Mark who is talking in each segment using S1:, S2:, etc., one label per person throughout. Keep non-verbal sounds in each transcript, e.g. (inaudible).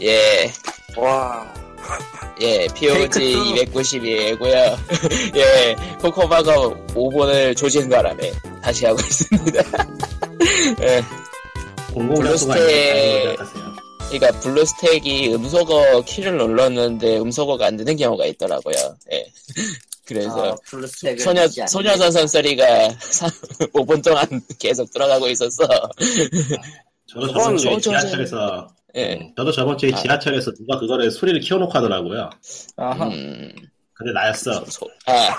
S1: 예,
S2: 와.
S1: 예, POG
S2: 테이크
S1: 292고요. (laughs) 예, 코코마가 5번을 조진 바람에 다시 하고 있습니다. (laughs) 예,
S3: 공공장소가
S1: 블루스테이-
S3: 아닌 것 같아요.
S1: 그러니까 블루스택이 음소거 키를 눌렀는데 음소거가 안 되는 경우가 있더라고요. 예, (laughs) 그래서
S2: 아, 블루스택을
S1: 소녀
S2: 믿지 않네.
S1: 소녀선 선서리가 (laughs) 5분 동안 계속 들어가고 있었어.
S3: 저도 저번
S2: 그건
S3: 주에
S1: 어쩌지?
S3: 지하철에서
S1: 예,
S3: 음, 저도 저번 주에
S1: 아.
S3: 지하철에서 누가 그거를 소리를 키워놓고 하더라고요.
S4: 아하.
S1: 음,
S3: 근데 나였어.
S1: 소- 아. (laughs)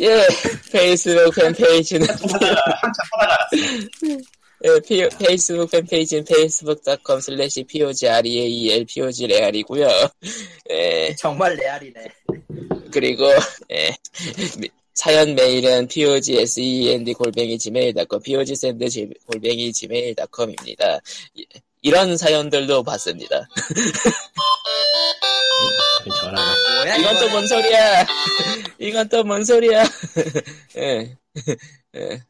S1: 예, 페이스북 팬페이지는
S3: 어, 한참 하다가
S1: 예, 피- 페이스북 팬페이지는 facebook.com slash pogreal pogreal이고요. 예,
S2: 정말 레알이네.
S1: 그리고 예, 미- 사연 메일은 pogsend E 골뱅이 gmail.com pogsend 지- E 골뱅이 gmail.com입니다. 이런 사연들도 봤습니다.
S3: 괜찮아.
S2: 뭐야
S1: 이건 또
S2: 이거?
S1: 뭔 소리야? (laughs) 이건 또 뭔 소리야? (laughs) 예. (laughs) 예,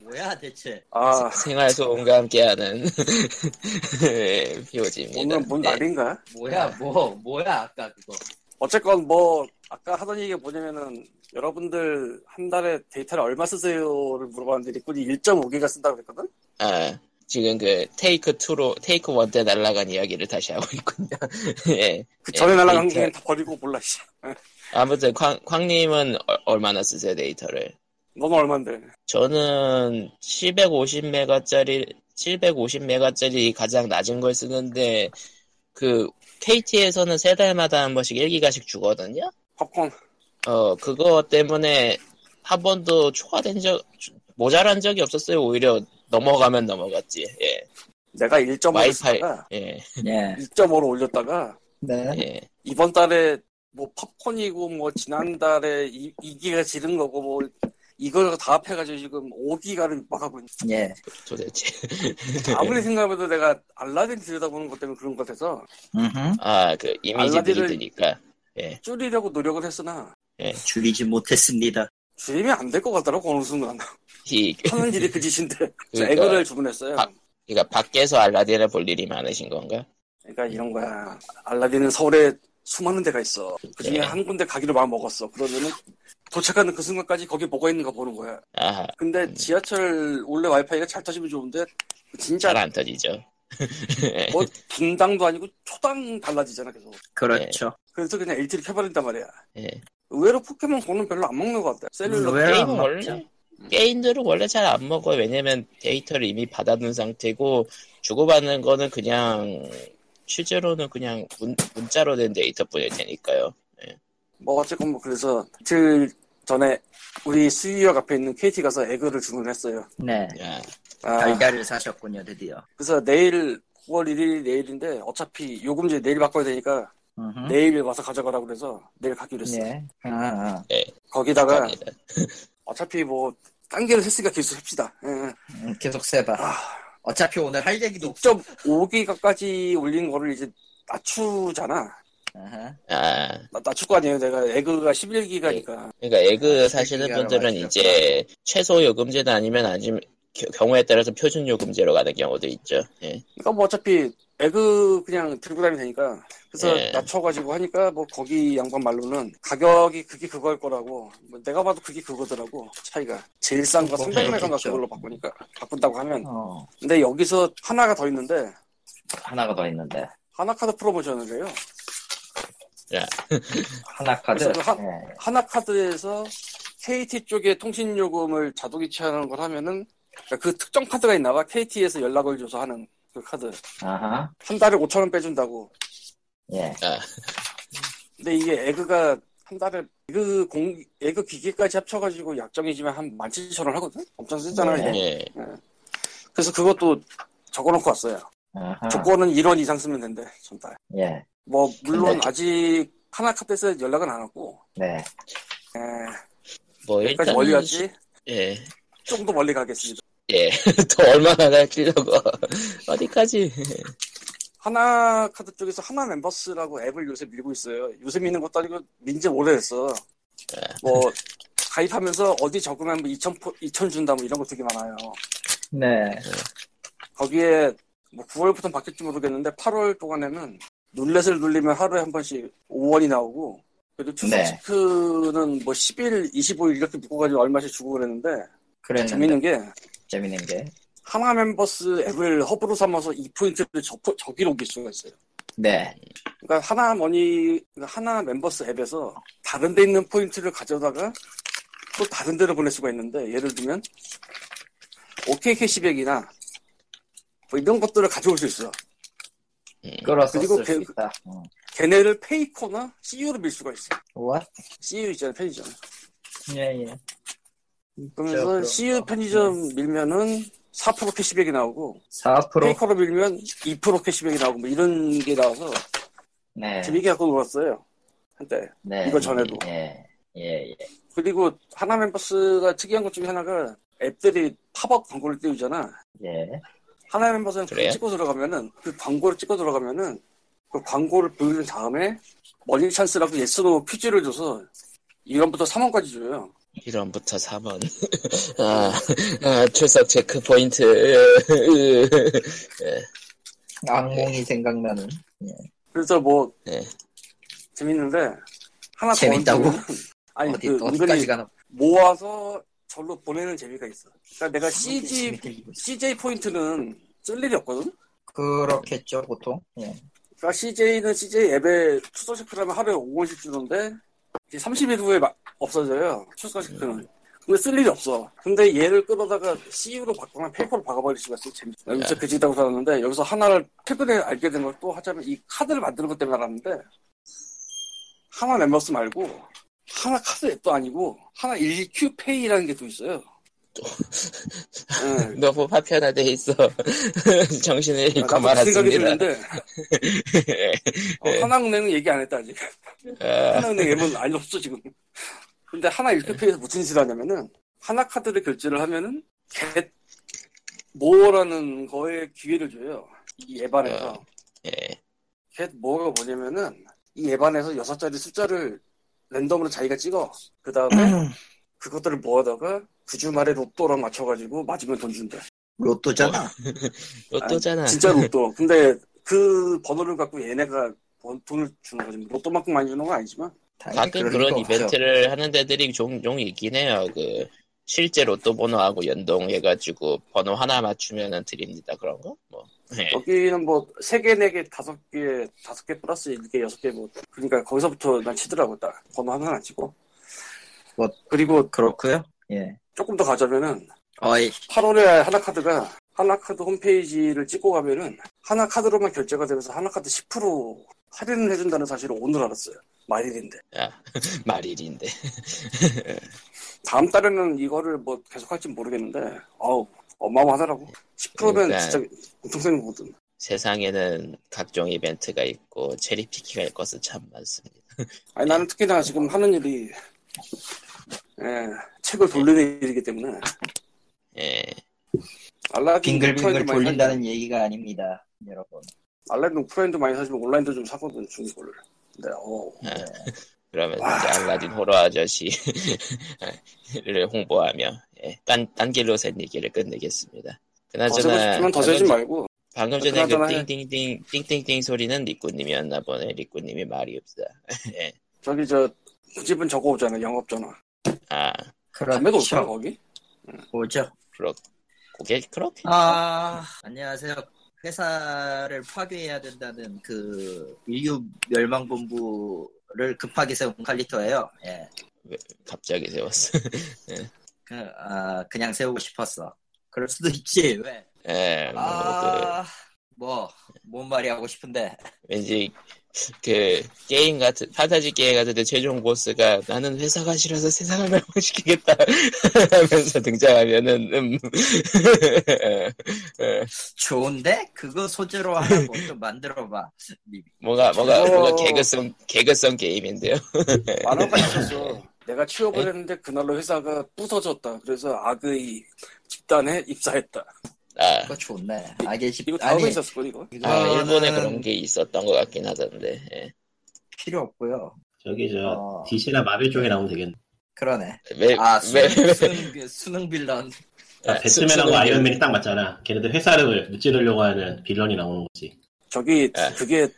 S2: 뭐야 대체? (laughs)
S5: 아,
S1: 생활 소음과 함께하는 (laughs) 예, POG입니다. 네.
S5: 오늘 네. 뭔 날인가?
S2: 뭐야 뭐 뭐야 아까 그거?
S5: 어쨌건 뭐 아까 하던 얘기가 뭐냐면은 여러분들 한 달에 데이터를 얼마 쓰세요를 물어봤는데 리꾼이 1.5기가 쓴다고 그랬거든?
S1: 아, 지금 그 테이크 2로 테이크 1 때 날아간 이야기를 다시 하고 있군요. (laughs) 예.
S5: 그 전에
S1: 예,
S5: 날라간
S1: 데이터.
S5: 기는 다 버리고 몰라 씨.
S1: 아무튼 광, 광님은 얼- 얼마나 쓰세요 데이터를?
S5: 너는 얼만데?
S1: 저는 750메가짜리 750메가짜리 가장 낮은 걸 쓰는데 그 KT에서는 세 달마다 한 번씩 1기가씩 주거든요.
S5: 팝콘.
S1: 어 그거 때문에 한 번도 초과된 적 모자란 적이 없었어요. 오히려 넘어가면 넘어갔지. 예.
S5: 내가 1.5를
S1: 와이파이.
S5: 쓰다가
S1: 예.
S4: 네.
S5: 1.5로 올렸다가
S4: 네.
S1: 예.
S5: 이번 달에 뭐 팝콘이고 뭐 지난달에 2, 2기가 지른 거고 뭐 이걸 다 합해가지고 지금 5기가를 막 하고 있는
S2: 예.
S1: 도대체.
S5: 아무리 생각해도 내가 알라딘 들여다보는 것 때문에 그런 것 같아서
S2: 음.
S1: 아, 그 이미지들이
S5: 알라딘을-
S1: 뜨니까.
S5: 줄이려고 노력을 했으나
S2: 줄이지 못했습니다.
S5: 줄이면 안 될 것 같더라고
S1: (laughs)
S5: 어느 순간
S1: 이,
S5: 하는 일이 그 짓인데 그
S1: 그러니까.
S5: 애교를 주문했어요
S1: 아. 그러니까 밖에서 알라딘을 볼 일이 많으신 건가?
S5: 그러니까 이런 거야 알라딘은 서울에 수많은 데가 있어 그중에
S1: 네.
S5: 한 군데 가기로 마음먹었어 그러면은 도착하는 그 순간까지 거기 뭐가 있는가 보는 거야
S1: 아,
S5: 근데 지하철 원래 와이파이가 잘 터지면 좋은데 진짜
S1: 잘 안 터지죠.
S5: 뭐 분당도 아니고 초당 달라지잖아 계속
S2: 그렇죠.
S5: 그래서 그냥 LTE를 켜버린단 말이야
S1: 예.
S5: 의외로 포켓몬 고는 별로 안 먹는 것 같아 셀룰러
S2: 왜? 안
S1: 게임은
S2: 먹죠?
S1: 원래 게임들은 원래 잘 안 먹어요. 왜냐면 데이터를 이미 받아둔 상태고 주고받는 거는 그냥 실제로는 그냥 문, 문자로 된 데이터뿐일 테니까요. 아,
S5: 뭐 어쨌건 뭐 그래서 이틀 전에 우리 수유역 앞에 있는 KT 가서 에그를 주문했어요.
S2: 네.
S1: 야,
S5: 아,
S2: 달걀을 사셨군요 드디어.
S5: 그래서 내일 9월 1일 내일인데 어차피 요금제 내일 바꿔야 되니까
S2: 음.
S5: 내일 와서 가져가라고 그래서 내일 가기로 했어요.
S2: 예. 아, 아.
S5: 거기다가
S1: 감사합니다.
S5: 어차피 뭐 딴 개를 했으니까 계속 합시다. 예, 아,
S2: 음, 계속 세봐. 어차피 오늘 할 얘기도 없어.
S5: 6.5기가까지 올린 거를 이제 낮추잖아.
S2: 아하.
S1: 아,
S5: 나- 낮출 거 아니에요. 내가 에그가 11기가니까.
S1: 그러니까 에그
S2: 아,
S1: 사시는
S2: 기가로
S1: 분들은
S2: 맞죠.
S1: 이제 최소 요금제나 아니면 아니면 겨- 경우에 따라서 표준 요금제로 가는 경우도 있죠. 예.
S5: 그러니까 뭐 어차피 에그 그냥 들고 다니면 되니까 그래서
S1: 예.
S5: 낮춰가지고 하니까 뭐 거기 양반 말로는 가격이 그게 그거일 거라고 뭐 내가 봐도 그게 그거더라고 차이가 제일 싼 거
S2: 뭐
S5: 300메가인가
S2: 그렇겠죠.
S5: 그걸로 바꾸니까 바꾼다고 하면
S2: 어.
S5: 근데 여기서 하나가 더 있는데
S2: 하나가 더 있는데.
S5: 하나 카드 프로모션을 해요
S2: 하나 카드.
S5: 그래서 그 한-
S2: 예.
S5: 하나 카드에서 KT 쪽에 통신 요금을 자동 이체하는 걸 하면은 그러니까 그 특정 카드가 있나봐 KT에서 연락을 줘서 하는 그 카드
S2: 아하.
S5: 한 달에 5천 원 빼준다고
S2: 예.
S5: 근데 이게 에그가 한 달에 에그 공 에그 기계까지 합쳐가지고 약정이지만 한 17,000원 하거든? 엄청 쓰잖아
S2: 네.
S5: 이게.
S1: 예.
S5: 그래서 그것도 적어놓고 왔어요
S2: 아하.
S5: 조건은 1원 이상 쓰면 된대 전달
S2: 예.
S5: 뭐 물론
S2: 근데-
S5: 아직 하나카드에서 연락은 안 왔고
S2: 네.
S5: 에,
S1: 뭐 일단
S5: 여기까지 멀리 왔지?
S1: 예.
S5: 좀 더 멀리 가겠습니다
S1: 예. (laughs) 더 얼마나 갈지려고 (laughs) 어디까지?
S5: 하나카드 쪽에서 하나 멤버스라고 앱을 요새 밀고 있어요 요새 미는 것도 아니고 민지 오래됐어
S2: 네.
S5: 뭐 가입하면서 어디 적으면 뭐 2,000, 포- 2,000 준다 뭐 이런 거 되게 많아요
S2: 네.
S5: 거기에 뭐 9월부터는 바뀔지 모르겠는데 8월 동안에는 룰렛을 눌리면 하루에 한 번씩 5원이 나오고 그래도
S2: 네.
S5: 추석체크는 뭐 10일, 25일 이렇게 묶어가지고 얼마씩 주고 그랬는데
S2: 그랬는데 재밌는,
S5: 재밌는 게
S2: 게.
S5: 하나 멤버스 앱을 허브로 삼아서 이 포인트를 저, 저기로 옮길 수가 있어요.
S2: 네.
S5: 그러니까 하나 머니 그러니까 하나 멤버스 앱에서 다른 데 있는 포인트를 가져다가 또 다른 데로 보낼 수가 있는데 예를 들면 OK 캐시백이나 뭐 이런 것들을 가져올 수 있어.
S2: 끌어서
S5: 그리고
S2: 쓸 수
S5: 그-
S2: 있다. 어.
S5: 걔네를 페이코나 CU로 밀 수가 있어.
S2: What?
S5: CU 있잖아 편의점.
S2: 예, 예.
S5: 그러면서
S2: 그렇죠.
S5: CU 편의점 밀면은 4% 캐시백이 나오고
S2: 4%?
S5: 페이코로 밀면 2% 캐시백이 나오고 뭐 이런 게 나와서
S2: 네.
S5: 재밌게 갖고 놀았어요 한때.
S2: 네.
S5: 이거 전에도.
S2: 예. 예, 예.
S5: 그리고 하나 멤버스가 특이한 것 중에 하나가 앱들이 팝업 광고를 띄우잖아.
S2: 예.
S5: 하나 멤버스는
S1: 그래요?
S5: 그걸 찍고 들어가면은 그 광고를 찍고 들어가면은 그 광고를 보여준 다음에 머니 찬스라고 예스노 퀴즈를 줘서 1원부터 3원까지 줘요.
S1: 1원부터 3원. (laughs) 아, 아, 출석 체크 포인트. (laughs)
S2: 악몽이 생각나는.
S5: 그래서 뭐
S1: 네.
S5: 재밌는데 하나 더
S2: 재밌다고?
S5: 얹으면은 아니
S2: 어디,
S5: 그
S2: 어디까지
S5: 은근히
S2: 가나.
S5: 모아서 절로 보내는 재미가 있어. 그러니까 내가 CG
S2: 아, 재밌게 이기고 있어.
S5: CJ 포인트는 쓸 일이 없거든.
S2: 그렇겠죠, 보통. 예.
S5: 그러니까 CJ는 CJ 앱에 추석 체크라면 하루에 5원씩 주는데 이제 30일 후에 마- 없어져요 추석
S2: 음.
S5: 체크는 근데 쓸 일이 없어 근데 얘를 끌어다가 CU로 바꾸면 페이퍼로 박아버릴 수가 있어 재밌어
S2: 네.
S5: 여기서 그지다고 살았는데 여기서 하나를 최근에 알게 된 걸 또 하자면 이 카드를 만드는 것 때문에 알았는데 하나 멤버스 말고 하나 카드 앱도 아니고 하나 일큐페이라는 게 또
S2: (laughs)
S5: 있어요 예.
S1: 너무 파편화돼 있어. (laughs) 정신을 잃고
S5: 나도 그 생각이
S1: 말았습니다.
S5: 드는데 어, 하나은행은 얘기 안 했다 아직
S1: 아,
S5: 하나은행 앱은 아예 없어 지금. 근데 하나 일급회에서 무슨 짓을 하냐면은 하나 카드를 결제를 하면은 겟 모어라는 거에 기회를 줘요. 이 앱 안에서
S1: 예.
S5: 겟 모어가 뭐냐면은 이 앱 안에서 여섯 자리 숫자를 랜덤으로 자기가 찍어. 그 다음에 그것들을 모아다가 그 주말에 로또랑 맞춰가지고 맞으면 돈 준대.
S2: 로또잖아.
S1: 뭐 로또잖아.
S5: 진짜
S2: (laughs)
S5: 로또. 근데 그 번호를 갖고 얘네가 번- 돈을 주는 거지. 뭐 로또만큼 많이 주는 건 아니지만.
S2: 당연히
S1: 가끔
S2: 그럴
S1: 그런
S2: 리가 없죠.
S1: 이벤트를 하는 데들이 종종 있긴 해요. 그 실제 로또 번호하고 연동해가지고 번호 하나 맞추면은 드립니다. 그런 거? 뭐.
S2: 네.
S1: 예.
S5: 여기는 뭐, 세 개, 네 개, 다섯 개, 다섯 개 플러스 일개 여섯 개 뭐, 그러니까 거기서부터 난 치더라고, 딱. 번호 하나는 안 치고.
S2: 뭐,
S5: 그리고
S2: 그렇고요 예.
S5: 조금 더 가자면은,
S2: 어이.
S5: 8월에 하나카드가, 하나카드 홈페이지를 찍고 가면은, 하나카드로만 결제가 되면서 하나카드 10% 할인을 해준다는 사실을 오늘 알았어요. 말일인데.
S1: 말일인데.
S5: 다음 달에는 이거를 뭐 계속 할지 모르겠는데, 어우, 어마어마하더라고. 10%면
S1: 그러니까.
S5: 진짜 엄청 거든
S1: 세상에는 각종 이벤트가 있고 체리피킹 할 것은 참 많습니다.
S5: 아니 나는 특히나 지금 하는 일이 예, 책을 돌리는 일이기 때문에
S1: 예.
S5: 알라딘
S2: 빙글빙글
S5: 오프라인도 많이 사-
S2: 돌린다는 얘기가 아닙니다, 여러분.
S5: 알라딘 오프라인도 많이 사지만 온라인도 좀 사거든 중국어를 근데 어
S1: 그러면
S5: 와.
S1: 이제 알라딘 호러 (laughs) 아저씨를 홍보하며 예. 딴, 딴 길로 샌 얘기를 끝내겠습니다.
S5: 더 어, 세고
S1: 그나저나
S5: 싶으면 더 세지 말고
S1: 방금 전에 그
S5: 그나저나
S1: 띵띵띵 띵띵띵 소리는 리꾸님이었나 보네. 리꾸님이 말이 없다. 예.
S5: 저기 저 집은 저거 오잖아 영업전화
S1: 아
S5: 담배도 없잖아
S2: 그렇죠.
S5: 거기
S2: 오죠.
S1: 그게 그렇게
S2: 아, 안녕하세요. 회사를 파괴해야 된다는 그 인류 멸망본부를 급하게 세운 칼리터예요. 예.
S1: 갑자기 세웠어. (laughs)
S2: 그, 아, 그냥 세우고 싶었어. 그럴 수도 있지, 왜?
S1: 예, 뭐
S2: 아, 뭐, 뭔 말이 하고 싶은데.
S1: 그, 왠지 그 게임 같은 판타지 게임 같은데 최종 보스가 나는 회사가 싫어서 세상을 멸망시키겠다 (laughs) 하면서 등장하면은 음. (laughs) 예,
S2: 좋은데? 그거 소재로 하나 뭐좀 만들어봐.
S1: 뭔가 뭔가
S5: 저거-
S1: 뭔가 개그성 개그성 게임인데요.
S2: 네.
S5: 만화가 있어서 내가 취업을 했는데 그날로 회사가 부서졌다 그래서 악의 집단에 입사했다
S1: 아,
S2: 그거 좋네. 악의 집,
S5: 이거 다음에
S2: 아니,
S5: 있었을 거 이거
S1: 아
S2: 이거는
S1: 일본에 그런 게 있었던 것 같긴 하던데. 예.
S2: 필요 없고요
S3: 저기 저
S2: 어.
S3: DC나 마벨 쪽에 나오면 되겠네.
S2: 그러네.
S1: 왜,
S2: 아,
S1: 왜,
S2: 수능, 수능, 수능 빌런.
S1: 아,
S3: 그러니까 배트맨하고 아이언맨이 딱 맞잖아. 걔네들 회사를 무찌르려고 하는 빌런이 나오는 거지.
S5: 저기
S1: 네.
S5: 그게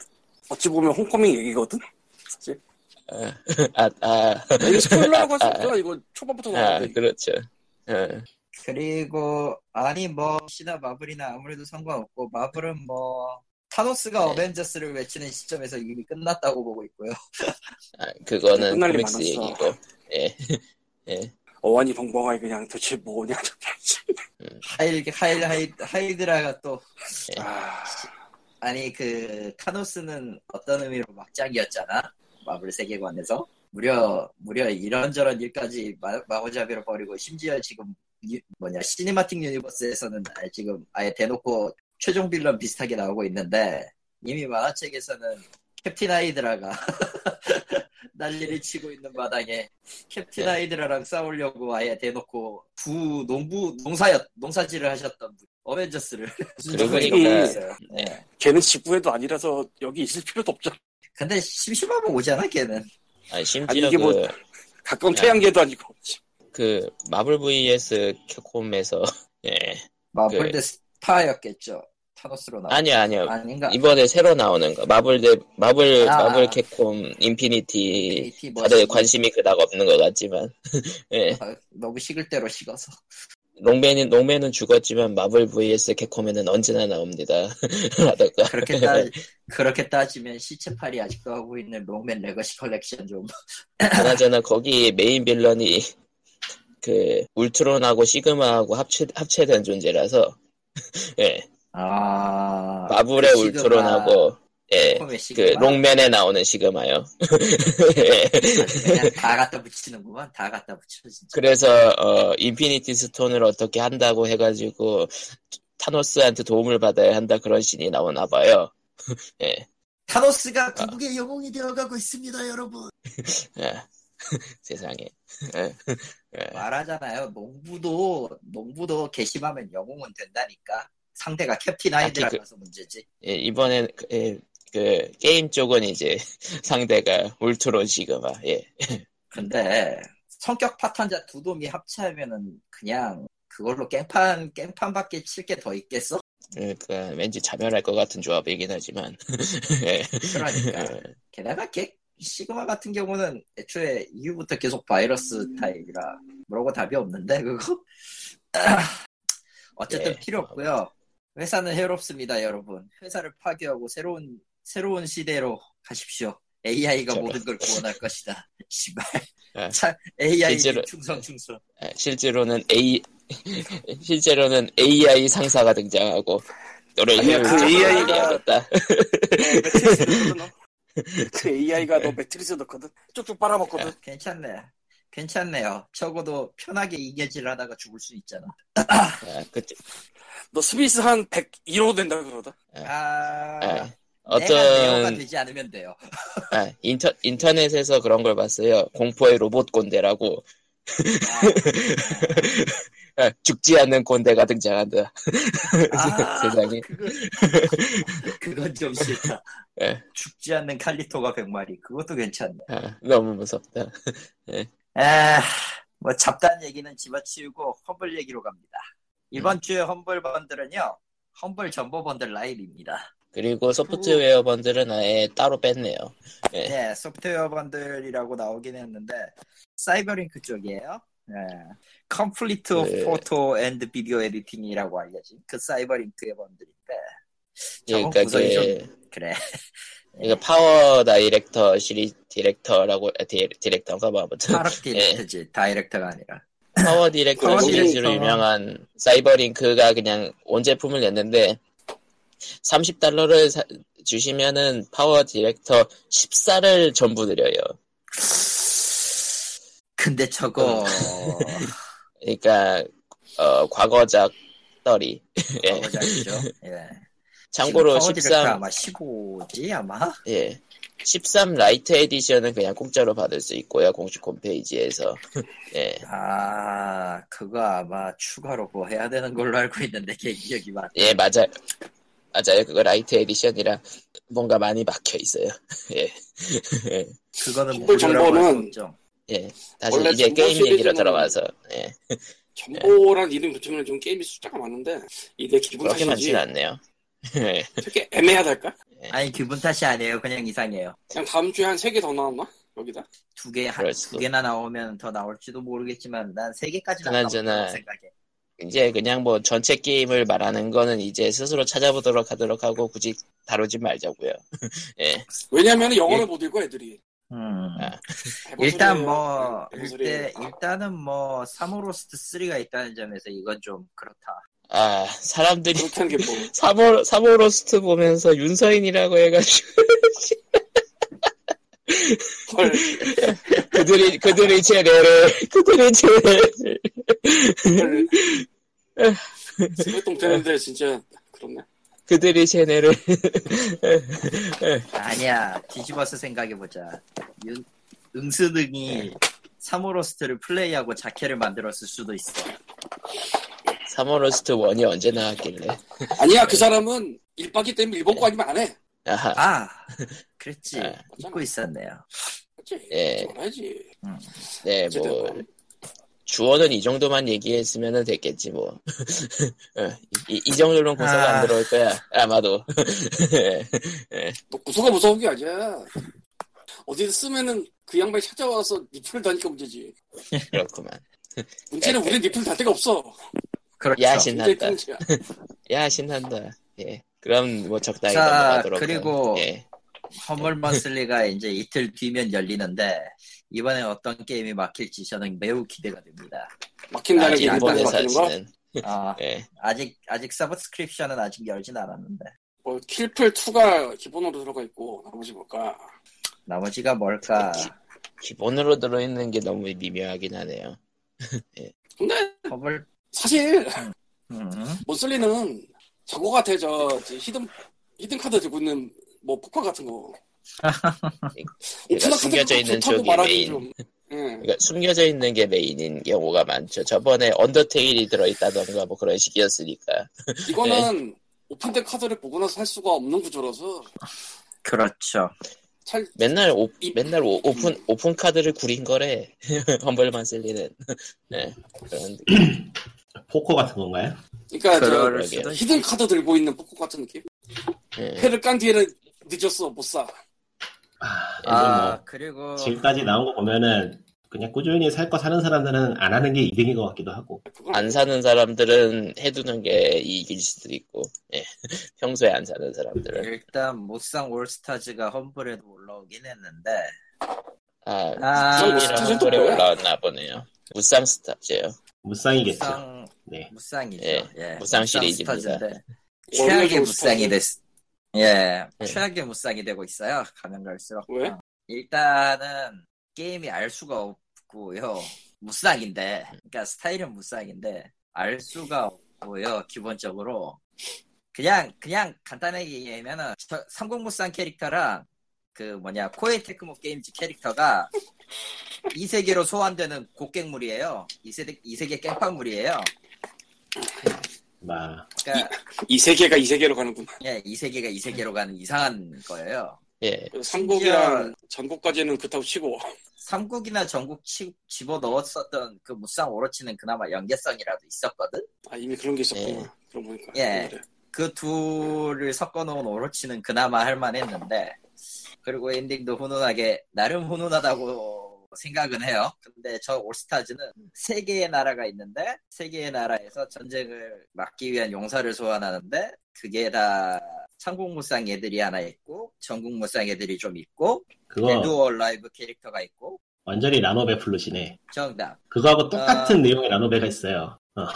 S5: 어찌 보면 홍커밍 (laughs) 얘기거든. 사실
S1: 아, 아,
S5: 이거 스포일러라고 할수 없잖아. 이거 초반부터
S1: 아,
S5: 나왔는데.
S1: 그렇죠. 예.
S2: 그리고 아니 뭐 시나 마블이나 아무래도 상관없고 마블은 뭐 타노스가 어벤져스를 외치는 시점에서 이미 끝났다고 보고 있고요. (laughs)
S1: 아, 그거는
S5: 끝날 일
S1: 코믹스
S5: 많았어.
S1: 얘기고. 예. (laughs) 예.
S5: 어안이 벙벙하게 그냥 도대체 뭐냐 정말.
S2: 하일 하일 하이 하이드라가 또
S5: 아,
S2: 아니 그 타노스는 어떤 의미로 막장이었잖아 마블 세계관에서 무려 무려 이런저런 일까지 마, 마구잡이로 버리고 심지어 지금 유- 뭐냐 시네마틱 유니버스에서는 아예 지금 아예 대놓고 최종 빌런 비슷하게 나오고 있는데 이미 만화책에서는 캡틴 아이드라가 (laughs) 난리를 치고 있는 마당에 캡틴
S1: 네.
S2: 아이드라랑 싸우려고 아예 대놓고 부 농부 농사였 농사질을 하셨던 분, 어벤져스를 (laughs)
S1: 그러고
S5: 저기-
S1: 보니까
S2: 네.
S5: 걔는 지구에도 아니라서 여기 있을 필요도 없잖아.
S2: 근데 심심하면 오잖아 걔는
S1: 아, 심지어
S5: 아니, 이게 뭐-
S1: 그,
S5: 가까운
S1: 야.
S5: 태양계도 아니고.
S1: 그 마블 vs 캡콤에서 (laughs) 예.
S2: 마블
S1: 그-
S2: 대 스파였겠죠 타노스로 나온
S1: 아니요, 아니요.
S2: 아닌가
S1: 이번에 새로 나오는 거 마블 대 마블
S2: 아.
S1: 마블 캡콤 인피니티
S2: PT 뭐
S1: 다들 관심이 그닥 없는 것 같지만 (laughs) 예.
S2: 아, 너무 식을 대로 식어서
S1: 롱맨은 롱맨은 죽었지만 마블 vs 캡콤에는 언제나 나옵니다. (laughs) 하다가
S2: 그렇게
S1: (laughs)
S2: 따 그렇게 따지면 시체팔이 아직도 하고 있는 롱맨 레거시 컬렉션 좀
S1: 그나저나 거기 메인 빌런이 그 울트론하고 시그마하고 합체 합체된 존재라서 (laughs) 예
S2: 아,
S1: 마블의
S2: 시그마,
S1: 울트론하고 예그
S2: 캡콤의 시그마?
S1: 롱맨에 나오는 시그마요 (laughs) 예.
S2: 아주 그냥 다 갖다 붙이는구만 다 갖다 붙여 진짜
S1: 그래서 어 인피니티 스톤을 어떻게 한다고 해가지고 타노스한테 도움을 받아야 한다 그런 신이 나오나 봐요 예
S2: 타노스가
S1: 아.
S2: 국의 영웅이 되어가고 있습니다 여러분
S1: 예. (laughs) 세상에
S2: 말하잖아요 농부도 농부도 개심하면 영웅은 된다니까 상대가 캡틴
S1: 그-
S2: 아이드라서 문제지
S1: 예, 이번엔 그- 예, 그 게임 쪽은 이제 (laughs) 상대가 울트론 시그마 예
S2: 근데 성격 파탄자 두 놈이 합체하면은 그냥 그걸로 깽판 깽판밖에 칠 게 더 있겠어?
S1: 그러니까 왠지 자멸할 것 같은 조합이긴 하지만 (laughs) 예.
S2: 그러니까 (laughs) 게다가 걔 시그마 같은 경우는 애초에 이후부터 계속 바이러스 타입이라 뭐라고 답이 없는데 그거 (laughs) 어쨌든
S1: 예.
S2: 필요 없고요. 회사는 해롭습니다, 여러분. 회사를 파괴하고 새로운 새로운 시대로 가십시오. AI가
S1: 저런.
S2: 모든 걸 구원할 것이다. (laughs) 씨발.
S1: 예.
S2: 차- AI
S1: 실제로-
S2: 충성 충성.
S1: 예, 실제로는 A (laughs) 실제로는 AI 상사가 등장하고 너를
S5: 아니야, 그
S1: 효율적으로
S5: AI 가-
S1: 관리하겠다.
S5: 예, 매트리스 넣거든. 너. (laughs) 그 AI가 너 매트리스 넣거든. 쭉쭉 빨아먹거든.
S2: 괜찮네. 괜찮네요. 적어도 편하게 이겨질 하다가 죽을 수 있잖아.
S1: 아, 그,
S5: 너 스미스 한 101호 된다 그러다.
S2: 아,
S1: 아,
S2: 내가 레오가
S1: 어떤
S2: 되지 않으면 돼요.
S1: 아, 인터, 인터넷에서 그런 걸 봤어요. 공포의 로봇 꼰대라고. (laughs) 아, 죽지 않는 꼰대가 등장한다.
S2: 아,
S1: 세상에. (laughs)
S2: 그건, 그건 좀 싫다.
S1: 예.
S2: 죽지 않는 칼리토가 100마리. 그것도 괜찮네.
S1: 아, 너무 무섭다.
S2: 아, 뭐 잡다한 얘기는 집어치우고 험블 얘기로 갑니다. 이번
S1: 음.
S2: 주에 험블 번들은요. 험블 전보 번들 라인입니다.
S1: 그리고 소프트웨어 번들은 아예 따로 뺐네요. 네.
S2: 네, 소프트웨어 번들이라고 나오긴 했는데 사이버링크 쪽이에요. 네. 컴플리트 오브
S1: 네.
S2: 포토 앤드 비디오 에디팅이라고 알려진 그 사이버링크의 번들인데 저건
S1: 그러니까 그,
S2: 구성이 좀
S1: (laughs)
S2: 그래.
S1: 그러니까 파워 다이렉터 시리 디렉터라고 아, 디, 디렉터인가 뭐 아무튼
S2: 파락 디렉터지 다이렉터가 아니라
S1: 파워 디렉터
S5: 파워
S1: 그 시리즈로
S2: 디렉터.
S1: 유명한 사이버링크가 그냥 온 제품을 냈는데 30달러를 주시면은 파워 디렉터 14를 전부 드려요.
S2: 근데 저거
S1: 음. 그러니까 어, 과거작 떨이. (laughs) 예. (laughs)
S2: 저거죠. 예.
S1: 참고로
S2: 지금 파워 디렉터
S1: 13
S2: 아마 15지 아마.
S1: 예. 13 라이트 에디션은 그냥 공짜로 받을 수 있고요. 공식 홈페이지에서. (laughs) 예.
S2: 아 그거 아마 추가로 뭐 해야 되는 걸로 알고 있는데 걔 기억이 많.
S1: 예, 맞아요. 맞아요. 그거 라이트 에디션이라 뭔가 많이 막혀 있어요.
S2: 그거는
S5: 험블
S2: 무료라고 할수
S5: 정보는
S2: 없죠.
S1: 예. 다시
S5: 원래
S1: 이제
S5: 중고
S1: 게임 얘기로
S5: 시리즈는-
S1: 들어와서. 예.
S5: 전보란 이름 붙으면 좀 게임이 숫자가 많은데 이게 기분
S1: 그렇게
S5: 탓인지
S1: 많진 않네요. (laughs) 예.
S5: 되게 애매하달까?
S2: 아니 기분 탓이 아니에요. 그냥 이상해요.
S5: 그냥 다음 주에 한 세 개 더 나왔나? 여기다?
S2: 두 개
S1: 그럴
S2: 두
S1: 수도.
S2: 개나 나오면 더 나올지도 모르겠지만 난 세 개까지는 안
S1: 그나저나-
S2: 나온다고 생각해.
S1: 이제 그냥 뭐 전체 게임을 말하는 거는 이제 스스로 찾아보도록 하도록 하고 굳이 다루지 말자고요. (laughs) 예.
S5: 왜냐면 영어를 못 읽어 애들이
S2: 음.
S1: 아.
S5: 해본
S2: 일단
S5: 소리예요.
S2: 뭐
S5: 해본 소리예요. 아,
S2: 일단 일단은 뭐 사모로스트 3가 있다는 점에서 이건 좀 그렇다.
S1: 아 사람들이 (laughs)
S5: 그렇다는 게 뭐.
S1: 사모 사모로스트 보면서 윤서인이라고 해가지고 (laughs)
S5: 헐.
S1: 그들이 그들이 제 레를 그들이 제 레를
S5: 헐. 스웨통 되는데 진짜 그렇네.
S1: 그들이 제 레를 (laughs)
S2: 아니야 뒤집어서 생각해 보자. 응스등이 사모로스트를 플레이하고 자켓을 만들었을 수도 있어.
S1: 사모로스트 1이 언제 나왔길래
S5: 아니야 그 사람은 일박이 때문에 일본 거 아니면 안 해.
S1: 아하
S2: 아, 그랬지.
S1: 아.
S2: 잊고 있었네요.
S5: 그렇지.
S1: 예.
S5: 알아야지.
S1: 네 뭐 주어는 이 정도만 얘기했으면 됐겠지 뭐 (laughs) 어, 이, 이 정도로는 고소가
S2: 아.
S1: 안 들어올 거야 아마도 (laughs) 예,
S5: 너 구소가 무서운 게 아니야. 어디서 쓰면은 그 양반이 찾아와서 니플을 다니까 문제지.
S1: 그렇구만
S5: 문제는 우리 니플 달 데가 없어.
S2: 그렇죠.
S1: 야
S5: 문제
S1: 신난다
S5: 끊지야.
S1: 야 신난다 예 그럼 뭐 적당히
S2: 그 자,
S1: 넘어가도록
S2: 그리고-
S1: 하고. 예
S2: 허멀 먼슬리가 이제 이틀 뒤면 열리는데 이번에 어떤 게임이 막힐지 저는 매우 기대가 됩니다.
S5: 막힌다는 게
S1: 아직
S5: 일본에서
S1: 일본에서
S5: 막히는 거?
S1: 지는
S2: 아,
S1: 예
S2: 아직 아직 서브스크립션은 아직 열진 않았는데
S5: 뭐 킬플 2가 기본으로 들어가 있고 나머지 뭘까?
S2: 나머지가 뭘까?
S1: 기본으로 들어있는 게 너무 미묘하긴 하네요
S5: 근데
S2: 허벌
S5: 사실
S2: 음,
S5: 모슬리는 저거 같아 저 히든 히든 카드 들고 있는 뭐 포커
S1: (laughs)
S5: 같은 거. 오픈한
S1: 숨겨져
S5: 카드도
S1: 있는
S5: 좋다고
S1: 쪽이
S5: 말하기
S1: 메인.
S5: 좀.
S1: (laughs)
S5: 예.
S1: 그러니까 숨겨져 있는 게 메인인 경우가 많죠 저번에 언더테일이 들어있다던가 뭐 그런 식이었으니까
S5: 이거는 오픈된 카드를 보고 나서 할 수가 없는 구조라서
S2: 그렇죠.
S5: 잘
S1: 맨날 오,
S5: 이-
S1: 맨날 오, 픈 오픈 카드를 구린 거래 (laughs) 험블만 쓸리는 (laughs) 네 그런
S3: 포커 같은 건가요?
S5: 그러니까 저
S2: 그럴 수도 있-
S5: 히든 카드 들고 있는 포커 같은 느낌.
S1: 예.
S5: 패를 깐 뒤에는 늦었어 못 사.
S3: 아,
S2: 아
S3: 이제
S2: 그리고
S3: 뭐 지금까지 나온 거 보면은 그냥 꾸준히 살 거 사는 사람들은 안 하는 게 이득인 것 같기도 하고
S5: 그건
S1: 안 사는 사람들은 해두는 게 이익일 수도 있고 예. (laughs) 평소에 안 사는
S5: 네.
S1: 사람들은
S2: 일단 무쌍 올스타즈가 험블에도 올라오긴 했는데
S1: 아
S2: 아,
S5: 무쌍
S1: 이런
S5: 올스타즈는 또
S1: 험블에
S5: 뭐야?
S1: 올라왔나 보네요 무쌍 스타즈요
S3: 무쌍이겠죠.
S2: 무쌍
S3: 네.
S2: 무쌍이죠.
S1: 예,
S2: 예,
S1: 무쌍 시리즈입니다.
S2: 스타즈인데
S5: 원래
S2: 최악의
S5: 좀
S2: 무쌍이 됐. 예,
S1: 네.
S2: 최악의 무쌍이 되고 있어요. 가면 갈수록.
S5: 왜?
S2: 어, 일단은 게임이 알 수가 없고요. 무쌍인데, 그러니까 스타일은 무쌍인데 알 수가 없고요. 기본적으로 그냥 그냥 간단하게 얘기하면은 저- 삼국 무쌍 캐릭터랑 그 뭐냐 코에 테크모 게임즈 캐릭터가 이 세계로 소환되는 곡객물이에요. 이 세계 이 세계 깽판물이에요.
S3: 막
S2: 그러니까
S5: 이 세계가 이 세계로 가는구나.
S2: 예, 이 세계가 이 세계로 가는 이상한 거예요.
S1: 예
S5: 삼국이랑 전국까지는 그렇다고 치고
S2: 삼국이나 전국 치, 집어 넣었었던 그 무쌍 오로치는 그나마 연계성이라도 있었거든.
S5: 아, 이미 그런 게 있었구나. 그런 보니까.
S2: 예. 그 둘을 섞어놓은 오로치는 그나마 할만했는데 그리고 엔딩도 훈훈하게 나름 훈훈하다고 생각은 해요. 근데 저 올스타즈는 세 개의 나라가 있는데 세 개의 나라에서 전쟁을 막기 위한 용사를 소환하는데 그게 다 삼국 무쌍 애들이 하나 있고 전국 무쌍 애들이 좀 있고
S3: 그거
S2: 데드 월 라이브 캐릭터가 있고
S3: 완전히 라노베 플루시네.
S2: 정답
S3: 그거하고 똑같은 내용의 라노베가 있어요. 어.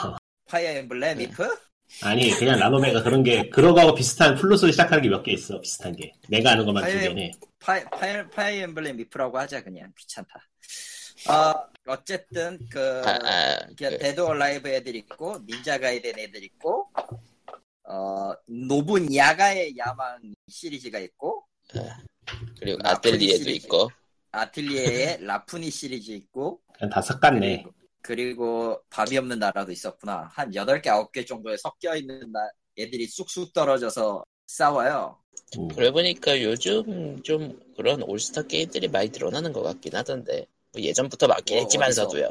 S2: 파이어 엠블렘
S1: 네.
S2: 이프
S3: 아니 그냥 라노베가 그런 게 그거하고 비슷한 플루스로 시작하는 게 몇 개 있어 비슷한 게 내가 아는 것만 두
S2: 아니,
S3: 개네.
S2: 파이, 파이, 파이 엠블렘 미프라고 하자 그냥 귀찮다. 어 어쨌든 그
S1: 아, 아,
S2: 이게
S1: 그,
S2: 데드 얼라이브 애들 있고 닌자 가이덴 애들 있고 어 노분 야가의 야망 시리즈가 있고
S1: 그리고
S2: 아,
S1: 아텔리에도
S2: 시리즈.
S1: 있고 (laughs)
S2: 아틀리에의 라푸니 시리즈 있고
S3: 그냥 다 섞었네.
S2: 그리고, 그리고 밥이 없는 나라도 있었구나 한 8개 9개 정도에 섞여 있는 나, 애들이 쑥쑥 떨어져서 싸워요.
S3: 음.
S1: 그러고 보니까 요즘 좀 그런 올스타 게임들이 많이 늘어나는 것 같긴 하던데 뭐 예전부터 맞긴
S2: 어,
S1: 했지만서도요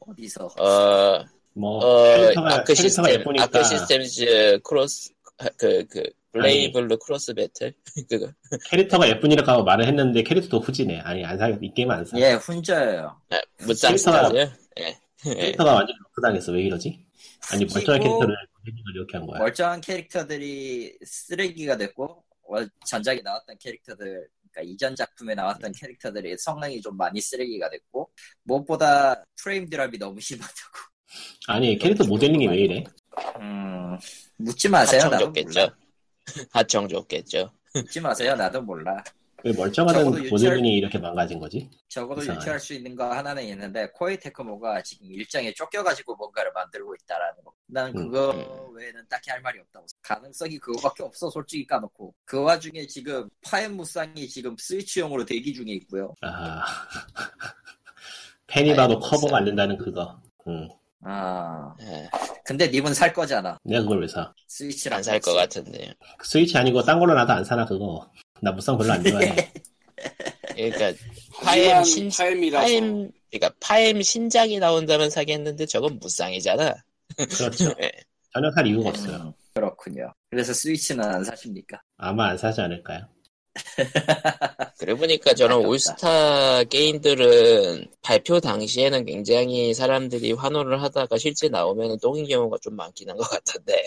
S2: 어디서
S1: 어
S3: 뭐
S1: 어,
S3: 캐릭터가,
S1: 아크
S3: 캐릭터가
S1: 시스템,
S3: 예쁘니까
S1: 아크 시스템즈 크로스, 그, 그, 블레이블루 크로스 배틀? (laughs) 그거.
S3: 캐릭터가 예쁘니까 말을 했는데 캐릭터도 후지네. 아니 안 사, 이 게임 안 사.
S2: 예, 훈자예요.
S1: 아, 무쌍
S3: 캐릭터가-
S1: 스타즈? 예. 예.
S3: 캐릭터가 완전 로크당했어. 왜 이러지? 아니 멀쩡한
S2: 그리고
S3: 캐릭터를 고객님을 이렇게 한 거야.
S2: 뭐, 멀쩡한 캐릭터들이 쓰레기가 됐고 월- 전작에 나왔던 캐릭터들 그러니까 이전 작품에 나왔던 캐릭터들이 성능이 좀 많이 쓰레기가 됐고 무엇보다 프레임 드랍이 너무 심하다고
S3: 아니 캐릭터 모델링이 왜 이래?
S2: 음, 묻지 마세요
S1: 하청
S2: 나도
S1: 좋겠죠.
S2: 몰라
S1: 하청 좋겠죠.
S2: 묻지 마세요 나도 몰라
S3: 왜 멀쩡한
S2: 적어도
S3: 모델링이
S2: 유치할-
S3: 이렇게 망가진 거지?
S2: 적어도
S3: 이상하네.
S2: 유추할 수 있는 거 하나는 있는데 코에이 테크모가 지금 일정에 쫓겨가지고 뭔가를 만들고 있다라는 거. 난 그거
S1: 음.
S2: 외에는 딱히 할 말이 없다고. 생각- 가능성이 그거밖에 없어 솔직히 까놓고. 그 와중에 지금 파엠 무쌍이 지금 스위치용으로 대기 중에 있고요.
S3: 아 (laughs) 팬이
S1: 아이,
S3: 봐도
S1: 글쎄.
S3: 커버가 안 된다는 그거. 음. 응.
S2: 아
S1: 예.
S2: 근데 님은 살 거잖아.
S3: 내가 그걸 왜 사?
S2: 스위치랑
S1: 안살 것 같은데요.
S3: 스위치 아니고 딴 걸로 나도 안 사나 그거. 나 무쌍 별로 안 좋아해.
S1: 그러니까, 파엠
S5: 하지만
S1: 신,
S5: 타임이라서
S1: 파엠, 그러니까 파엠 신작이 나온다면 사겠는데 저건 무쌍이잖아.
S3: 그렇죠.
S1: 예.
S3: 전혀 살 이유가 없어요.
S2: 음, 그렇군요. 그래서 스위치는 안 사십니까?
S3: 아마 안 사지 않을까요?
S1: 그래 보니까 저런
S2: 아깝다.
S1: 올스타 게임들은 발표 당시에는 굉장히 사람들이 환호를 하다가 실제 나오면 똥인 경우가 좀 많긴 한 것 같은데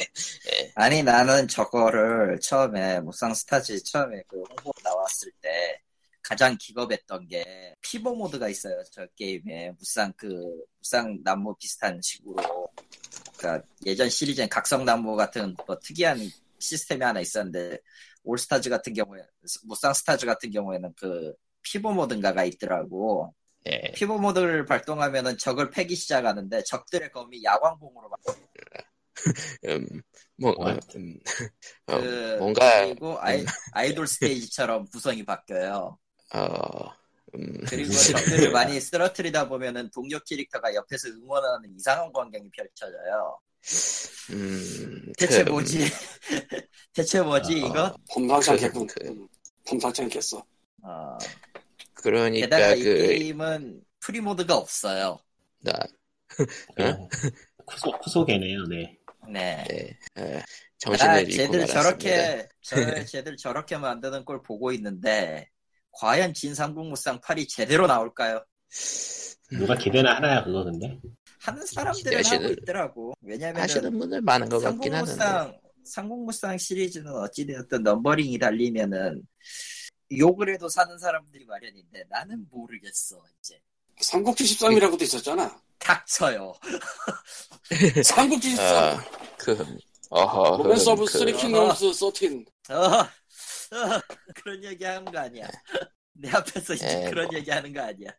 S2: 아니 나는 저거를 처음에 무쌍 스타즈 처음에 그 홍보 나왔을 때 가장 기겁했던 게 피보 모드가 있어요 저 게임에 무쌍 그 무쌍 나무 비슷한 식으로 그러니까 예전 시리즈엔 각성 나무 같은 뭐 특이한 시스템이 하나 있었는데 올 스타즈 같은 경우에 무쌍 스타즈 같은 경우에는 그 피보 모드인가가 있더라고
S1: 예.
S2: 피보 모드를 발동하면은 적을 패기 시작하는데 적들의 검이 야광봉으로 막
S1: 음, 뭐, 어,
S3: 와.
S1: 음, (laughs) 어,
S2: 네. 그,
S1: 뭔가 음.
S2: 그리고 아이, 아이돌 스테이지처럼 구성이 바뀌어요.
S1: 어, 음,
S2: 그리고 적들을 많이 쓰러뜨리다 보면은 동료 캐릭터가 옆에서 응원하는 이상한 광경이 펼쳐져요.
S1: 음,
S2: 대체
S1: 그, 음.
S2: 뭐지? (laughs) 대체 뭐지
S1: 어,
S2: 이거?
S5: 범상치
S1: 그-
S5: 않겠군.
S1: 그-
S5: 음, 범상치 않겠어.
S2: 어,
S1: 아. 그러니까
S2: 게다가 이
S1: 그
S2: 게임은 프리 모드가 없어요.
S1: 나,
S3: 그냥 어, 쿠소, 쿠소개네요. 네.
S2: 네.
S1: 네, 예,
S2: 아,
S1: 정신을 잃고
S2: 쟤들
S1: 말았습니다.
S2: 저렇게 저, 쟤들 저렇게 만드는 걸 보고 있는데 과연 진삼국무쌍 8이 제대로 나올까요?
S3: 누가 기대나 하나야 그거 근데.
S2: 하는 사람들은 하고
S1: 아, 기대하시는-
S2: 있더라고. 왜냐면은
S1: 하시는 분들 많은 것 같긴 하는데,
S2: 상공무쌍 상공무쌍 시리즈는 어찌되었든 넘버링이 달리면은 욕을 해도 사는 사람들이 마련인데 나는 모르겠어 이제
S5: 삼국지 13이라고도 있었잖아.
S2: 닥쳐요
S5: 삼국지 13.
S1: 아, 그, 어허,
S5: 로맨스
S1: 흐름,
S5: 오브
S1: 그,
S5: 쓰리 킹덤스 13.
S2: 어, 어, 그런 얘기 하는 거 아니야 내 앞에서 이제
S1: 예,
S2: 그런
S1: 네. 뭐.
S2: 얘기 하는 거 아니야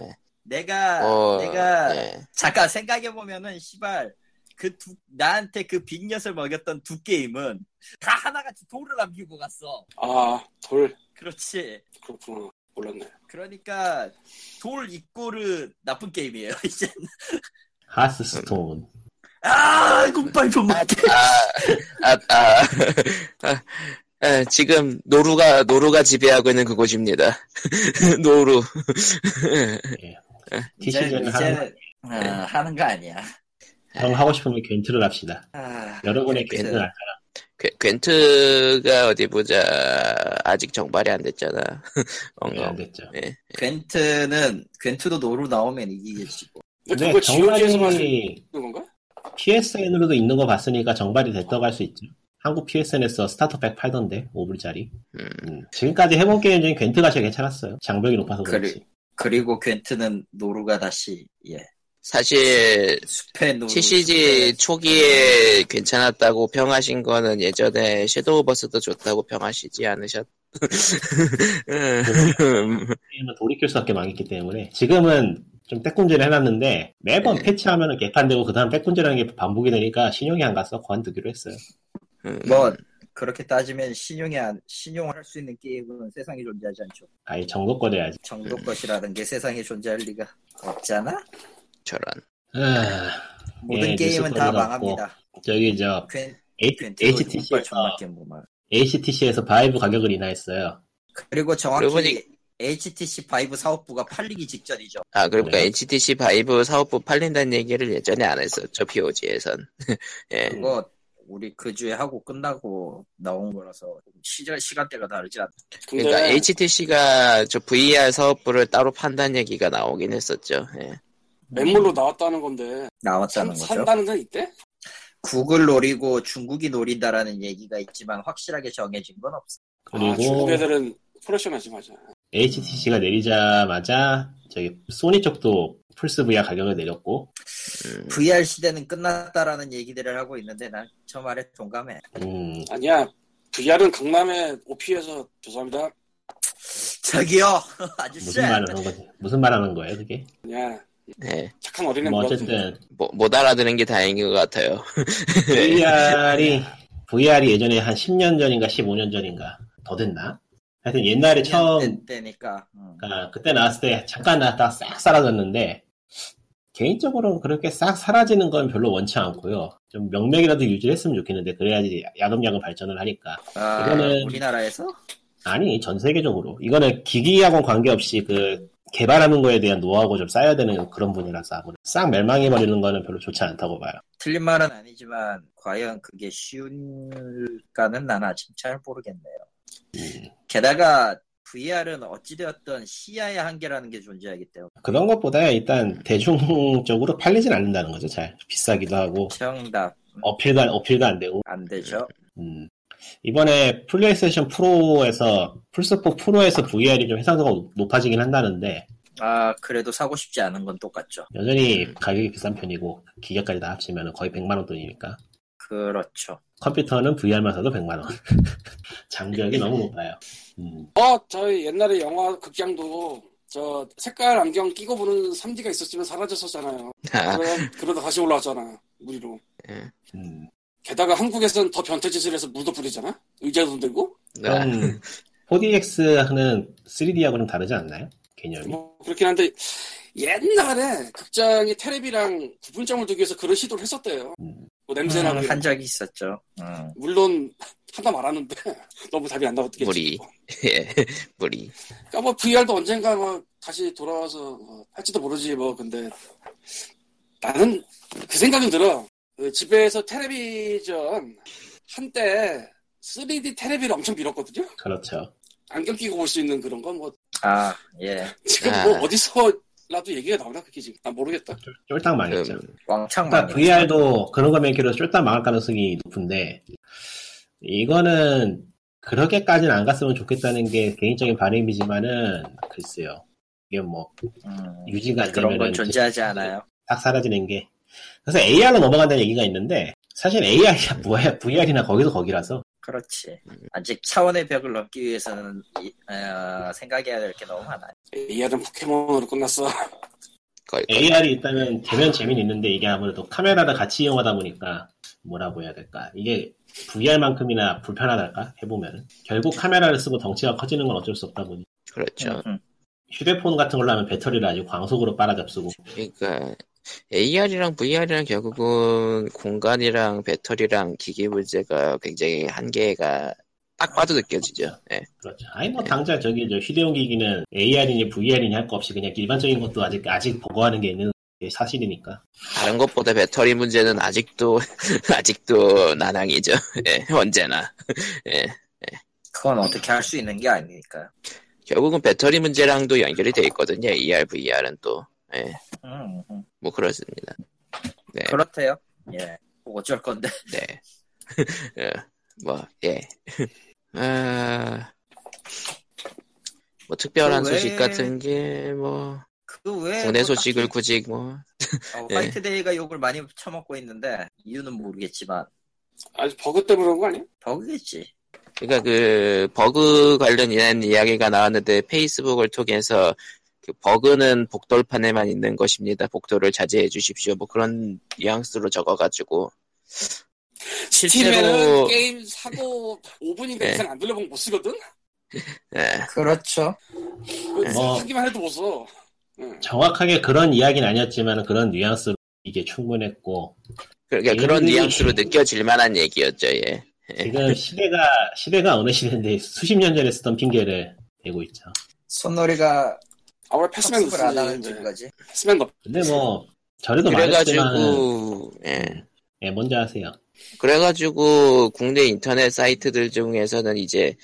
S1: 예.
S2: 내가
S1: 어,
S2: 아, 내가
S1: 예.
S2: 잠깐 생각해 보면은 시발 그 두, 나한테 그 빅엿을 먹였던 두 게임은 다 하나같이 돌을 남기고 갔어
S5: 아, 돌.
S2: 그렇지
S5: 그렇구나. 몰랐네.
S2: 그러니까 돌 입고르 나쁜 게임이에요 (laughs) 이제
S3: 하스스톤.
S2: 아 군발 좀 맞게
S1: 아, 아, 아, 아, 아, 지금 노루가 노루가 지배하고 있는 그곳입니다. (laughs) 노루.
S2: 이제
S3: TCG는 하는
S2: 이제 어, 하는 거 아니야
S3: 형 하고 싶으면 괜트를 합시다.
S2: 아,
S3: 여러분의
S1: 괜-
S3: 괜트를 할까?
S1: 괴- 괜트가 어디 보자 아직 정발이 안 됐잖아. (laughs)
S3: 안
S1: 엉엉.
S3: 됐죠.
S2: 괜트는 괜트도 노루 나오면 이기겠지 뭐.
S5: 근데
S3: 근데
S5: 그거 GOG에서만 쓰는
S3: 네, 정발이
S5: 건가?
S3: PSN으로도 있는 거 봤으니까 정발이 됐다고 할 수 있죠. 한국 PSN에서 스타터백 팔던데 5불짜리.
S1: 음.
S3: 지금까지 해본 게임 중에 괜트가 제일 괜찮았어요. 장벽이 높아서
S2: 그래.
S3: 그렇지.
S2: 그리고 괜트는 노루가 다시 예
S1: 사실
S2: 숲의 노루
S1: TCG 초기에 괜찮았다고 평하신 거는 예전에 섀도우버스도 좋다고 평하시지 않으셨? (laughs) 음,
S3: 게임은 돌이킬 수 없게 망했기 때문에 지금은 좀 빼꼼질을 해놨는데 매번
S1: 네.
S3: 패치하면 개판되고 그 다음 빼꼼질하는 게 반복이 되니까 신용이 안 가서 관두기로 했어요.
S1: 음.
S2: 뭐 그렇게 따지면 신용이 안 신용을 할 수 있는 게임은 세상에 존재하지 않죠
S3: 아예 정도 꺼려야지.
S2: 정도 것이라는 게 세상에 존재할 리가 없잖아
S1: 저런.
S3: 아,
S2: 모든
S3: 예,
S2: 게임은
S3: 뉴스거리가
S2: 다
S3: 없고.
S2: 망합니다
S3: 저기 저
S2: 괜
S3: HTC에서 아.
S2: 정말 게임 뭐
S3: HTC에서 바이브 가격을 인하했어요.
S2: 그리고 정확히
S1: 그러고 보니-
S2: HTC 바이브 사업부가 팔리기 직전이죠.
S3: 음.
S1: 아, 그러니까
S3: 그래요?
S1: HTC 바이브 사업부 팔린다는 얘기를 예전에 안 했었죠, POG에선. 예.
S2: 그거 우리 그 주에 하고 끝나고 나온 거라서 시절 시간대가 다르지 않.
S5: 근데
S1: 그러니까 HTC가 저 VR 사업부를 따로 판다는 얘기가 나오긴 했었죠. 예.
S5: 맹물로 나왔다는 건데 산,
S2: 나왔다는 거죠.
S5: 산다는 건 있대?
S2: 구글 노리고 중국이 노린다라는 얘기가 있지만 확실하게 정해진 건 없어.
S5: 아, 중국
S3: 그리고
S5: 애들은 프로셔널하지 맞아.
S3: HTC가 내리자마자 저기 소니 쪽도 플스 VR 가격을 내렸고
S1: 음.
S2: VR 시대는 끝났다라는 얘기들을 하고 있는데 난 저 말에 동감해. (laughs)
S3: 음,
S5: 아니야. VR은 강남에 OP에서 죄송합니다.
S2: 저기요 (laughs) 아저씨.
S3: 무슨 말을 하는 거지? 무슨 말 하는 거예요, 그게?
S5: 그냥
S1: 예.
S5: 착한 어린애
S3: 뭐
S5: 물어주는 거야.
S3: 어쨌든
S1: 뭐, 못 알아들은 게 다행인 것 같아요.
S3: VR이 VR이 예전에 한 10년 전인가 15년 전인가 더 됐나? 하여튼 옛날에 처음
S2: 때- 때니까. 음.
S3: 아, 그때 나왔을 때 잠깐 나왔다 싹 사라졌는데 개인적으로는 그렇게 싹 사라지는 건 별로 원치 않고요. 좀 명맥이라도 유지했으면 좋겠는데 그래야지 야금야금 발전을 하니까
S2: 아,
S3: 이거는-
S2: 우리나라에서
S3: 아니 전 세계적으로 이거는 기기하고 관계없이 그 개발하는 거에 대한 노하우가 좀 쌓여야 되는 그런 분이라서 아무래도 싹 멸망해 버리는 거는 별로 좋지 않다고 봐요.
S2: 틀린 말은 아니지만 과연 그게 쉬운가는 난 아직 잘 모르겠네요.
S3: 음.
S2: 게다가 VR은 어찌되었던 시야의 한계라는 게 존재하기 때문에
S3: 그런 것보다 일단 대중적으로 팔리진 않는다는 거죠. 잘 비싸기도 하고
S2: 정답
S3: 어필가 어필도 안 되고
S2: 안 되죠.
S3: 음. 이번에 플레이스테이션 프로에서 플스4 프로에서 VR이 좀 해상도가 높- 높아지긴 한다는데
S2: 아 그래도 사고 싶지 않은 건 똑같죠.
S3: 여전히 가격이 비싼 편이고 기계까지 다 합치면 거의 100만 원 돈이니까
S2: 그렇죠.
S3: 컴퓨터는 VR만 사도 100만 원. (laughs) 장벽이 너무 높아요. 음.
S5: 어, 저희 옛날에 영화 극장도 저 색깔 안경 끼고 보는 3D가 있었지만 사라졌었잖아요.
S1: 아,
S5: 그러, 그러다 다시 올라왔잖아. 무리로.
S3: 음.
S5: 게다가 한국에서는 더 변태 짓을 해서 물도 뿌리잖아. 의자도 들고.
S1: 아,
S3: 그럼 4DX 하는 3D하고 좀 다르지 않나요? 개념이.
S5: 뭐 그렇긴 한데 옛날에 극장이 테레비랑 구분점을 두기 위해서 그런 시도를 했었대요.
S3: 음.
S5: 뭐 냄새나고 이런.
S2: 한 적이 있었죠. 음.
S5: 물론 하다 말았는데 (laughs) 너무 답이 안 나왔겠지. 뭐.
S1: 무리. 예. (laughs) 무리.
S5: 그러니까 뭐 VR도 언젠가 뭐 다시 돌아와서 뭐 할지도 모르지 뭐 근데 나는 그 생각은 들어. 그 집에서 텔레비전 한때 3D 텔레비를 엄청 밀었거든요.
S3: 그렇죠.
S5: 안경 끼고 볼 수 있는 그런 건 뭐
S2: 아 예.
S5: 지금
S1: 아.
S5: 뭐 어디서라도 얘기가 나오나 그게 지금 난 모르겠다.
S3: 쫄딱 망했죠.
S1: 음,
S2: 왕창
S3: 그러니까
S2: 많이
S3: VR도 그런 거 맹기로 쫄딱 망할 가능성이 높은데 이거는 그렇게까지는 안 갔으면 좋겠다는 게 개인적인 바람이지만은 글쎄요. 이게 뭐
S2: 음.
S3: 유지가 안
S2: 그런
S3: 되면은
S2: 건 존재하지 않아요.
S3: 딱 사라지는 게 그래서 AR로 넘어간다는 얘기가 있는데 사실 AR이야 (laughs) 뭐야 VR이나 거기서 거기라서
S2: 그렇지. 아직 차원의 벽을 넘기 위해서는 이- 어, 생각해야 될 게 너무 많아요.
S5: AR은 포켓몬으로 끝났어. (laughs)
S1: 걸, 걸.
S3: AR이 일단은 되면 재미는 있는데 이게 아무래도 카메라를 같이 이용하다 보니까 뭐라고 해야 될까 이게 VR만큼이나 불편하달까 해보면 결국 카메라를 쓰고 덩치가 커지는 건 어쩔 수 없다 보니
S1: 그렇죠.
S2: 음.
S3: 휴대폰 같은 걸로 하면 배터리를 아주 광속으로 빨아잡수고
S1: 그러니까 AR이랑 VR이랑 결국은 공간이랑 배터리랑 기기 문제가 굉장히 한계가 딱 봐도 느껴지죠. 예.
S3: 그렇죠. 아니 뭐 당장 저기 저 휴대용 기기는 AR이니 VR이니 할 거 없이 그냥 일반적인 것도 아직 아직 보고하는 게 있는 게 사실이니까
S1: 다른 것보다 배터리 문제는 아직도 (laughs) 아직도 난항이죠. (laughs) 예, 언제나. 예.
S2: 그건 어떻게 할 수 있는 게 아니니까요.
S1: 결국은 배터리 문제랑도 연결이 돼 있거든요. AR, VR은 또. 예.
S2: 음, 음.
S1: 뭐 그렇습니다. 네.
S2: 그렇대요. 예. 뭐 어쩔 건데. (laughs)
S1: 네. (laughs) 예, 뭐 예. 아, 뭐 특별한
S2: 그
S1: 소식
S2: 외에-
S1: 같은 게 뭐
S2: 그 외에
S1: 국내
S2: 뭐
S1: 소식을
S2: 딱히,
S1: 굳이 뭐
S2: 어,
S1: 예.
S2: 화이트데이가 욕을 많이 처먹고 있는데 이유는 모르겠지만
S5: 아주 버그 때문에 그런 거 아니야?
S2: 버그겠지.
S1: 그러니까 그 버그 관련된 이야기가 나왔는데 페이스북을 통해서 그 버그는 복돌판에만 있는 것입니다. 복돌을 자제해 주십시오. 뭐 그런 뉘앙스로 적어가지고
S5: 팀에는
S1: 실제로
S5: 게임 사고 5분인가
S1: 네.
S5: 이상 안 돌려보면 못 쓰거든?
S1: 예,
S2: 그렇죠.
S5: 그
S1: 네.
S3: 뭐.
S5: 사기만 해도 네. 못 써. 응.
S3: 정확하게 그런 이야기는 아니었지만 그런 뉘앙스로 이게 충분했고
S1: 그러니까 그런
S3: 음.
S1: 뉘앙스로 느껴질 만한 얘기였죠. 예.
S3: 지금 시대가 시대가 어느 시대인데 수십 년 전에 쓰던 핑계를 대고 있죠.
S2: 손놀이가
S5: 아무래도 패스맨
S2: 학습을 안 하는
S5: 없으면
S2: 친구가지.
S5: 패스맨도
S3: 근데 뭐 저래도 말했지만
S1: 그래가지고 예.
S3: 예 먼저 하세요.
S1: 그래가지고 국내 인터넷 사이트들 중에서는 이제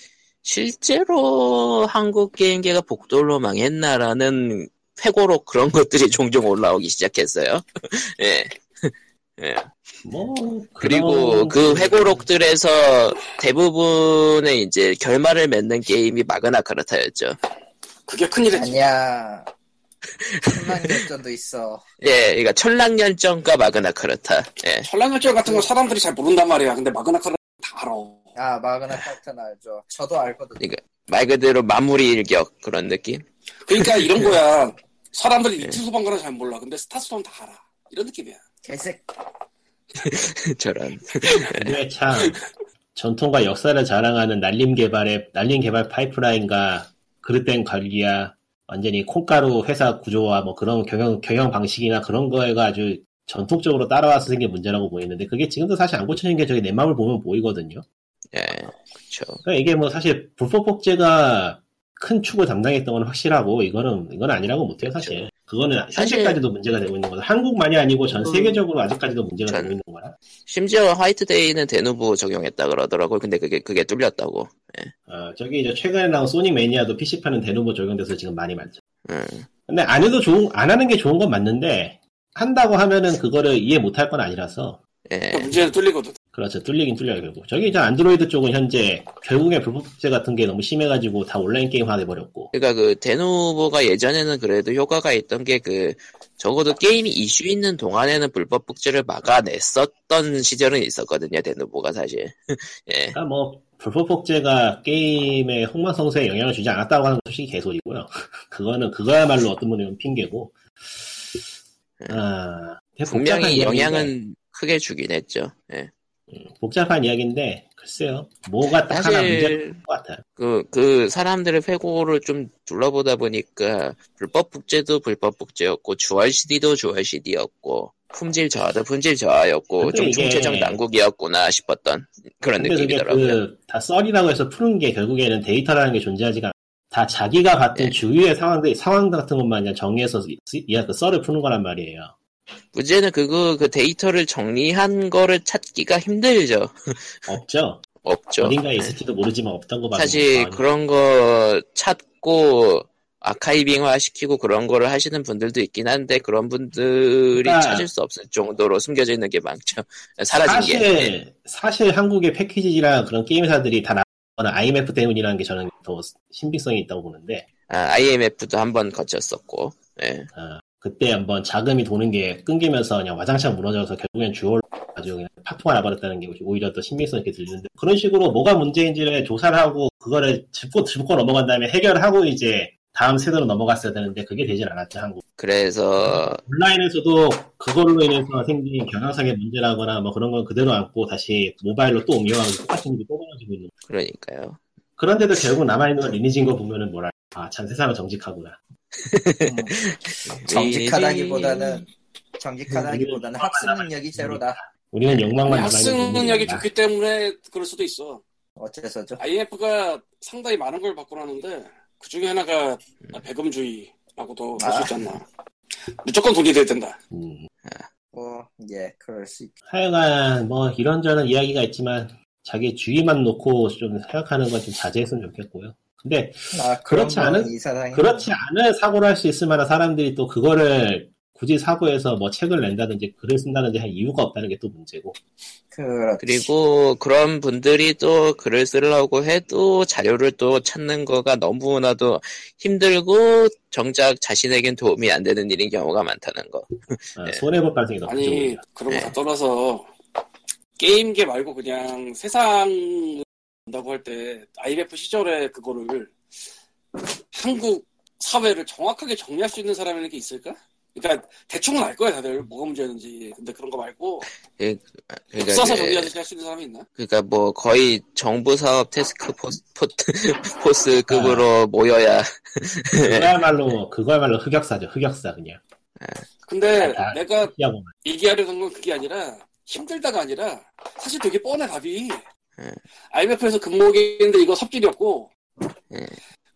S1: 실제로 한국 게임계가 복돌로 망했나라는 회고록 그런 (laughs) 것들이 종종 올라오기 시작했어요. (laughs) 예.
S3: 뭐
S1: 그리고
S3: 그런-
S1: 그 회고록들에서 대부분의 이제 결말을 맺는 게임이 마그나카르타였죠.
S5: 그게 큰일이지.
S2: 아니야. 천만 결전도 있어.
S1: 예, 그러니까 천랑열정과 마그나카르타. 예.
S5: 전란결절 같은 거 사람들이 잘 모른단 말이야. 근데 마그나카를 다 알아.
S2: 아 마그나 카르타나 알죠. 저도 알거든.
S1: 말 그대로 마무리 일격 그런 느낌?
S5: 그러니까 이런
S1: 네.
S5: 거야. 사람들이 리트 소방관은 잘 몰라. 근데 스타스톤 다 알아. 이런 느낌이야.
S1: 네.
S2: 개색.
S1: 저런.
S3: 근데 참 전통과 역사를 자랑하는 날림 개발의 날림 개발 파이프라인과 그릇된 관리야 완전히 콩가루 회사 구조와 뭐 그런 경영 경영 방식이나 그런 거에가 아주 전통적으로 따라와서 생긴 문제라고 보이는데 그게 지금도 사실 안 고쳐진 게 저기 내 마음을 보면 보이거든요.
S1: 예, 그쵸.
S3: 그러니까 이게 뭐 사실 불법 복제가 큰 축을 담당했던 건 확실하고 이거는 이건 아니라고 못해요 사실. 그거는
S1: 사실-
S3: 현재까지도 문제가 되고 있는 거다. 한국만이 아니고 전
S5: 음.
S3: 세계적으로 아직까지도 문제가
S1: 전-
S3: 되고 있는 거라.
S1: 심지어 화이트데이는 대누부 적용했다 그러더라고요. 근데 그게 그게 뚫렸다고.
S3: 어, 저기 이제 최근에 나온 소닉 매니아도 PC판은 대놓고 적용돼서 지금 많이 많죠.
S1: 음.
S3: 근데 안 해도 좋은, 안 하는 게 좋은 건 맞는데, 한다고 하면은 그거를 이해 못할 건 아니라서,
S1: 예.
S5: 그러니까 문제는 뚫리거든.
S3: 그렇죠. 뚫리긴 뚫려요, 결국. 저기 이제 안드로이드 쪽은 현재, 결국에 불법제 같은 게 너무 심해가지고 다 온라인 게임화 돼버렸고,
S1: 그러니까 그 대노보가 예전에는 그래도 효과가 있던 게 그 적어도 게임이 이슈 있는 동안에는 불법 복제를 막아냈었던 시절은 있었거든요. 대노보가 사실. 예.
S3: 그러니까 뭐, 불법 복제가 게임의 흥망성쇠에 영향을 주지 않았다고 하는 것이 개소리고요. (laughs) 그거는, 그거야말로 어떤 분은 핑계고, 아, 되게 복잡한
S1: 네. 분명히
S3: 이야기인데.
S1: 영향은 크게 주긴 했죠. 예.
S3: 복잡한 이야기인데 글쎄요 뭐가 딱 하나 문제인
S1: 사실
S3: 것 같아요
S1: 그, 그 사람들의 회고를 좀 둘러보다 보니까 불법 복제도 불법 복제였고 주얼 CD도 주얼 CD였고 품질 저하도 품질 저하였고
S3: 근데
S1: 좀
S3: 이게-
S1: 총체적 난국이었구나 싶었던 그런
S3: 근데 그게
S1: 느낌이더라고요.
S3: 그 다 썰이라고 해서 푸는 게 결국에는 데이터라는 게 존재하지가 않- 다 자기가 봤던
S1: 예.
S3: 주위의 상황들 상황 같은 것만 그냥 정리해서 이- 이- 그 썰을 푸는 거란 말이에요
S1: 문제는 그거 그 데이터를 정리한 거를 찾기가 힘들죠.
S3: 없죠
S1: 없죠. 네.
S3: 어딘가에 있을지도 모르지만 없던 거밖에
S1: 사실 그런 거 찾고 아카이빙화 시키고 그런 거를 하시는 분들도 있긴 한데 그런 분들이
S3: 그러니까
S1: 찾을 수 없을 정도로 숨겨져 있는 게 많죠. 사라진 게.
S3: 사실 사실 한국의 패키지랑 그런 게임 회사들이 다 나거나 IMF 때문이라는 게 저는 더 신빙성이 있다고 보는데
S1: 아, IMF도 한 번 거쳤었고. 예.
S3: 어, 그때 한번 자금이 도는 게 끊기면서 그냥 와장창 무너져서 결국엔 주얼로 아주 그냥 파토가 나버렸다는 게 오히려 더 신빙성 있게 들리는데 그런 식으로 뭐가 문제인지를 조사를 하고 그거를 짚고 짚고 넘어간 다음에 해결하고 이제 다음 세대로 넘어갔어야 되는데 그게 되질 않았죠 한국
S1: 그래서
S3: 온라인에서도 그걸로 인해서 생긴 경영상의 문제라거나 뭐 그런 건 그대로 안고 다시 모바일로 또 옮겨가고 똑같은 일이 또 벌어지고 있는 거죠.
S1: 그러니까요.
S3: 그런데도 결국 남아있는 건 리니지인 거 보면은 뭐랄 아참 세상은 정직하구나
S2: 음, 정직하다기보다는 정직하다기보다는 학습 능력이 제로다.
S3: 우리는 욕망만
S5: 네, 학습
S3: 남아있는
S5: 능력이
S3: 분들이다.
S5: 좋기 때문에 그럴 수도 있어.
S2: 어째서죠?
S5: IMF가 상당히 많은 걸 바꾸라는데 그 중에 하나가
S1: 음.
S5: 배금주의라고도 할
S1: 아.
S5: 수 있지 않나. 무조건 돈이 돼야 된다.
S3: 음.
S2: 뭐, 예, 그럴 수 있죠.
S3: 하여간 뭐 이런저런 이야기가 있지만 자기 주의만 놓고 좀 생각하는 건 좀 자제했으면 좋겠고요. 근데
S2: 아, 그런
S3: 그렇지
S2: 건
S3: 않은-
S2: 이 사상이
S3: 그렇지 않은 사고를 할 수 있을 만한 사람들이 또 그거를 굳이 사고해서 뭐 책을 낸다든지 글을 쓴다든지 할 이유가 없다는 게 또 문제고
S2: 그렇-
S1: 그리고 그런 분들이 또 글을 쓰려고 해도 자료를 또 찾는 거가 너무나도 힘들고 정작 자신에겐 도움이 안 되는 일인 경우가 많다는 거.
S3: 어,
S1: 네.
S3: 손해볼 가능성이
S5: 아니
S3: 높죠.
S5: 그런 거 다 떠나서 게임계 말고 그냥 세상을 본다고 할 때 IMF 시절에 그거를 한국 사회를 정확하게 정리할 수 있는 사람이라는 게 있을까? 그러니까 대충은 알 거야 다들 뭐가 문제였는지 근데 그런 거 말고
S1: 그러니까
S5: 써서
S1: 이제-
S5: 정리하듯이 할 수 있는 사람이 있나?
S1: 그러니까 뭐 거의 정부 사업 테스크 포스, (laughs) 포, 스급으로 모여야
S5: 네.
S3: 그거야말로 그거야말로 흑역사죠. 흑역사 그냥.
S1: 아,
S5: 근데
S3: 다-
S5: 내가
S3: 피하고 말.
S5: 얘기하려던 건 그게 아니라 힘들다가 아니라 사실 되게 뻔해 답이
S1: 예.
S5: IMF에서 근무했는데 이거 섭질이었고
S1: 예.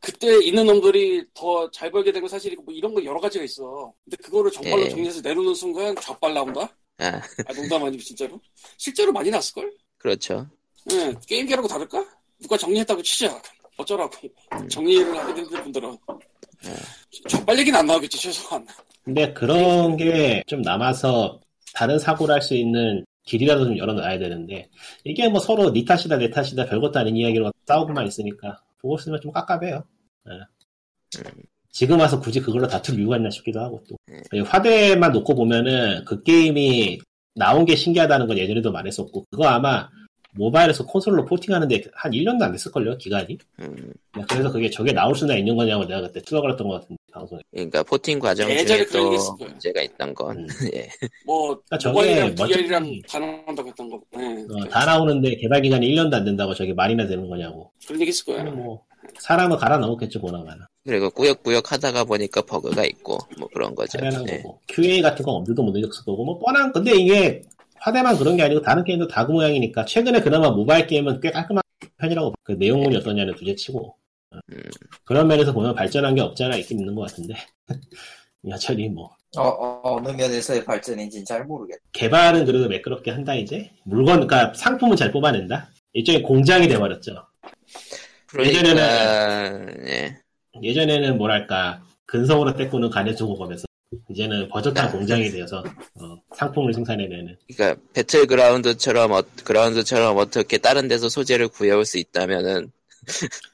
S5: 그때 있는 놈들이 더 잘 벌게 되고 사실이고 뭐 이런 거 여러 가지가 있어. 근데 그거를 정말로
S1: 예.
S5: 정리해서 내놓는 순간 좌빨 나온다?
S1: 아,
S5: 아 농담 아니고 진짜로? 실제로 많이 났을걸?
S1: 그렇죠.
S5: 예, 게임기라고 다를까? 누가 정리했다고 치자. 어쩌라고.
S1: 음.
S5: 정리를 하게 되는 분들은.
S1: 예.
S5: 좌빨 얘기는 안 나오겠지 최소한.
S3: 근데 그런 게 좀 남아서 다른 사고를 할 수 있는 길이라도 좀 열어놔야 되는데 이게 뭐 서로 니 탓이다 내 탓이다 별것도 아닌 이야기로 싸우고만 있으니까 보고 있으면 좀 깝깝해요. 예. 지금 와서 굳이 그걸로 다툴 이유가 있나 싶기도 하고 또 이 화대만 놓고 보면은 그 게임이 나온 게 신기하다는 건 예전에도 말했었고 그거 아마 모바일에서 콘솔로 포팅하는데 한 1년도 안 됐을걸요 기간이
S1: 음,
S3: 그래서 그게 저게 나올 수나 있는 거냐고 내가 그때 투덜거렸던 것 같은데 방송에
S1: 그러니까 포팅 과정 중에
S5: 예전에 그런
S1: 또
S5: 게 있을 거예요.
S1: 문제가 있던 건
S3: 음.
S1: 예.
S5: 뭐
S3: 그러니까 저게
S5: 모바일이랑
S3: 멋진- 음.
S5: DL이랑 다 나온다고 했던 거. 예,
S3: 어, 다 나오는데 개발 기간이 1년도 안 된다고 저게 말이나 되는 거냐고.
S5: 그런 얘기 있을 거야.
S3: 그냥 뭐 사람을 갈아 넣었겠죠 보나마나.
S1: 그리고 꾸역꾸역 하다가 보니까 버그가 있고 뭐 그런 거죠.
S3: 당연한
S1: 예.
S3: 거고. QA 같은 건 엄두도 못 내줬을 거고 뭐 뻔한. 근데 이게 화대만 그런 게 아니고 다른 게임도 다 그 모양이니까 최근에 그나마 모바일 게임은 꽤 깔끔한 편이라고 봐. 그 내용물이 어떠냐는 둘째치고 어.
S1: 음.
S3: 그런 면에서 보면 발전한 게 없지 않아 있긴 있는 것 같은데 (laughs) 여전히 뭐
S2: 어, 어, 어느 면에서의 발전인지는 잘 모르겠다.
S3: 개발은 그래도 매끄럽게 한다 이제 물건 그러니까 상품은 잘 뽑아낸다 일종의 공장이 돼버렸죠
S1: 그러니까 예.
S3: 예전에는 뭐랄까 근성으로 떼꾸는 간을 두고 가면서 이제는 버젓한 공장이 되어서 어, 상품을 생산해내는
S1: 그러니까 배틀그라운드처럼 어, 그라운드처럼 어떻게 다른 데서 소재를 구해올 수 있다면은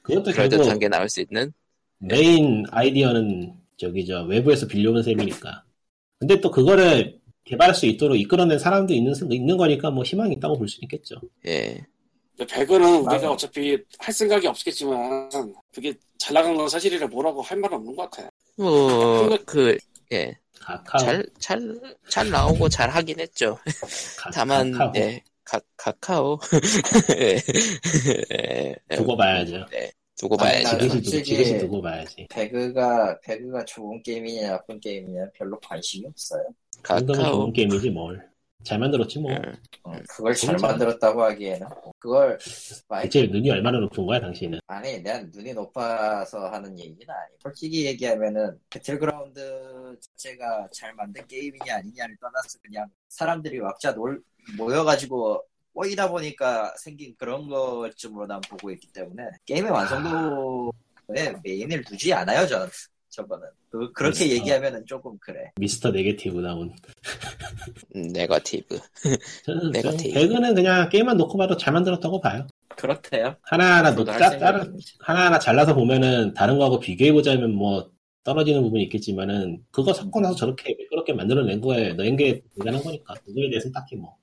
S3: 그것도
S1: 그럴듯한
S3: 결국
S1: 게 나올 수 있는
S3: 메인 아이디어는 저기 저 외부에서 빌려오는 셈이니까 근데 또 그거를 개발할 수 있도록 이끌어낸 사람도 있는 있는 거니까 뭐 희망이 있다고 볼 수 있겠죠
S1: 예.
S5: 근데 배그는
S2: 맞아.
S5: 우리가 어차피 할 생각이 없겠지만 그게 잘 나간 건 사실이라 뭐라고 할 말은 없는 것 같아.
S1: 뭐
S5: 근데-
S1: 그 예.
S3: 카카오
S1: 잘 잘 잘 나오고 잘 하긴 했죠.
S3: 카,
S1: 다만
S3: 아, 카카오
S1: 예. 카, 카카오 (laughs) 예. 예.
S3: 두고 봐야죠
S1: 네. 두고
S2: 아니,
S1: 봐야죠.
S2: 나는
S3: 지그시 두고,
S2: 솔직히-
S3: 지그시 두고 봐야지
S2: 배그가 배그가 좋은 게임이냐 나쁜 게임이냐 별로 관심이 없어요.
S3: 정도면
S1: 카카오
S3: 좋은 게임이지 뭘 잘 만들었지 뭐
S1: 음.
S2: 어, 그걸 잘
S3: 괜찮아.
S2: 만들었다고 하기에는 그걸 많이
S3: 대체 눈이 얼마나 높은 거야 당신은
S2: 아니, 난 눈이 높아서 하는 얘기는 아니. 솔직히 얘기하면은 배틀그라운드 자체가 잘 만든 게임이냐 아니냐를 떠나서 그냥 사람들이 왁자 놀 모여가지고 꼬이다 보니까 생긴 그런 것쯤으로 난 보고 있기 때문에 게임의 완성도에 메인을 두지 않아요, 전. 저번은. 그, 그렇게
S3: 그렇죠.
S2: 얘기하면은 조금 그래.
S3: 미스터 네게티브 나온
S1: 음, 네거티브.
S3: 저는
S1: 내가
S3: 그냥
S1: 테이블.
S3: 배그는 그냥 게임만 놓고 봐도 잘 만들었다고 봐요.
S2: 그렇대요.
S3: 하나하나 놓
S2: 저도 할
S3: 짜,
S2: 생각이
S3: 따라,
S2: 없는지.
S3: 하나하나 잘라서 보면은 다른 거하고 비교해보자면 뭐 떨어지는 부분이 있겠지만은 그거 섞고 나서 저렇게 매끄럽게 만들어낸 거에 넣은 게 대단한 거니까 그거에 대해서는 딱히 뭐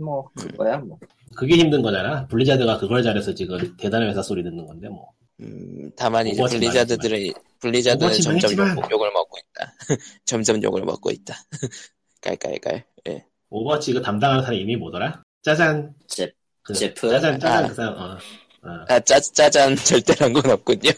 S2: 뭐, 그거야, 뭐.
S3: 그게 힘든 거잖아. 블리자드가 그걸 잘해서 지금 대단한 회사 소리 듣는 건데 뭐
S1: 음, 다만 이제
S3: 오버워치만
S1: 블리자드들은 블리자드는
S3: 오버워치만
S1: 점점
S3: 했지만.
S1: 욕, 욕을 먹고 있다. (laughs) 점점 욕을 먹고 있다. (laughs) 깔깔깔. 예.
S3: 오버워치 이거 담당하는 사람이 이미 뭐더라? 짜잔
S2: 제,
S3: 그,
S2: 제프.
S3: 짜잔 짜잔
S1: 아.
S3: 그 사람 어. 어,
S1: 아, 짜, 짜잔 (laughs) 절대란 건 없군요.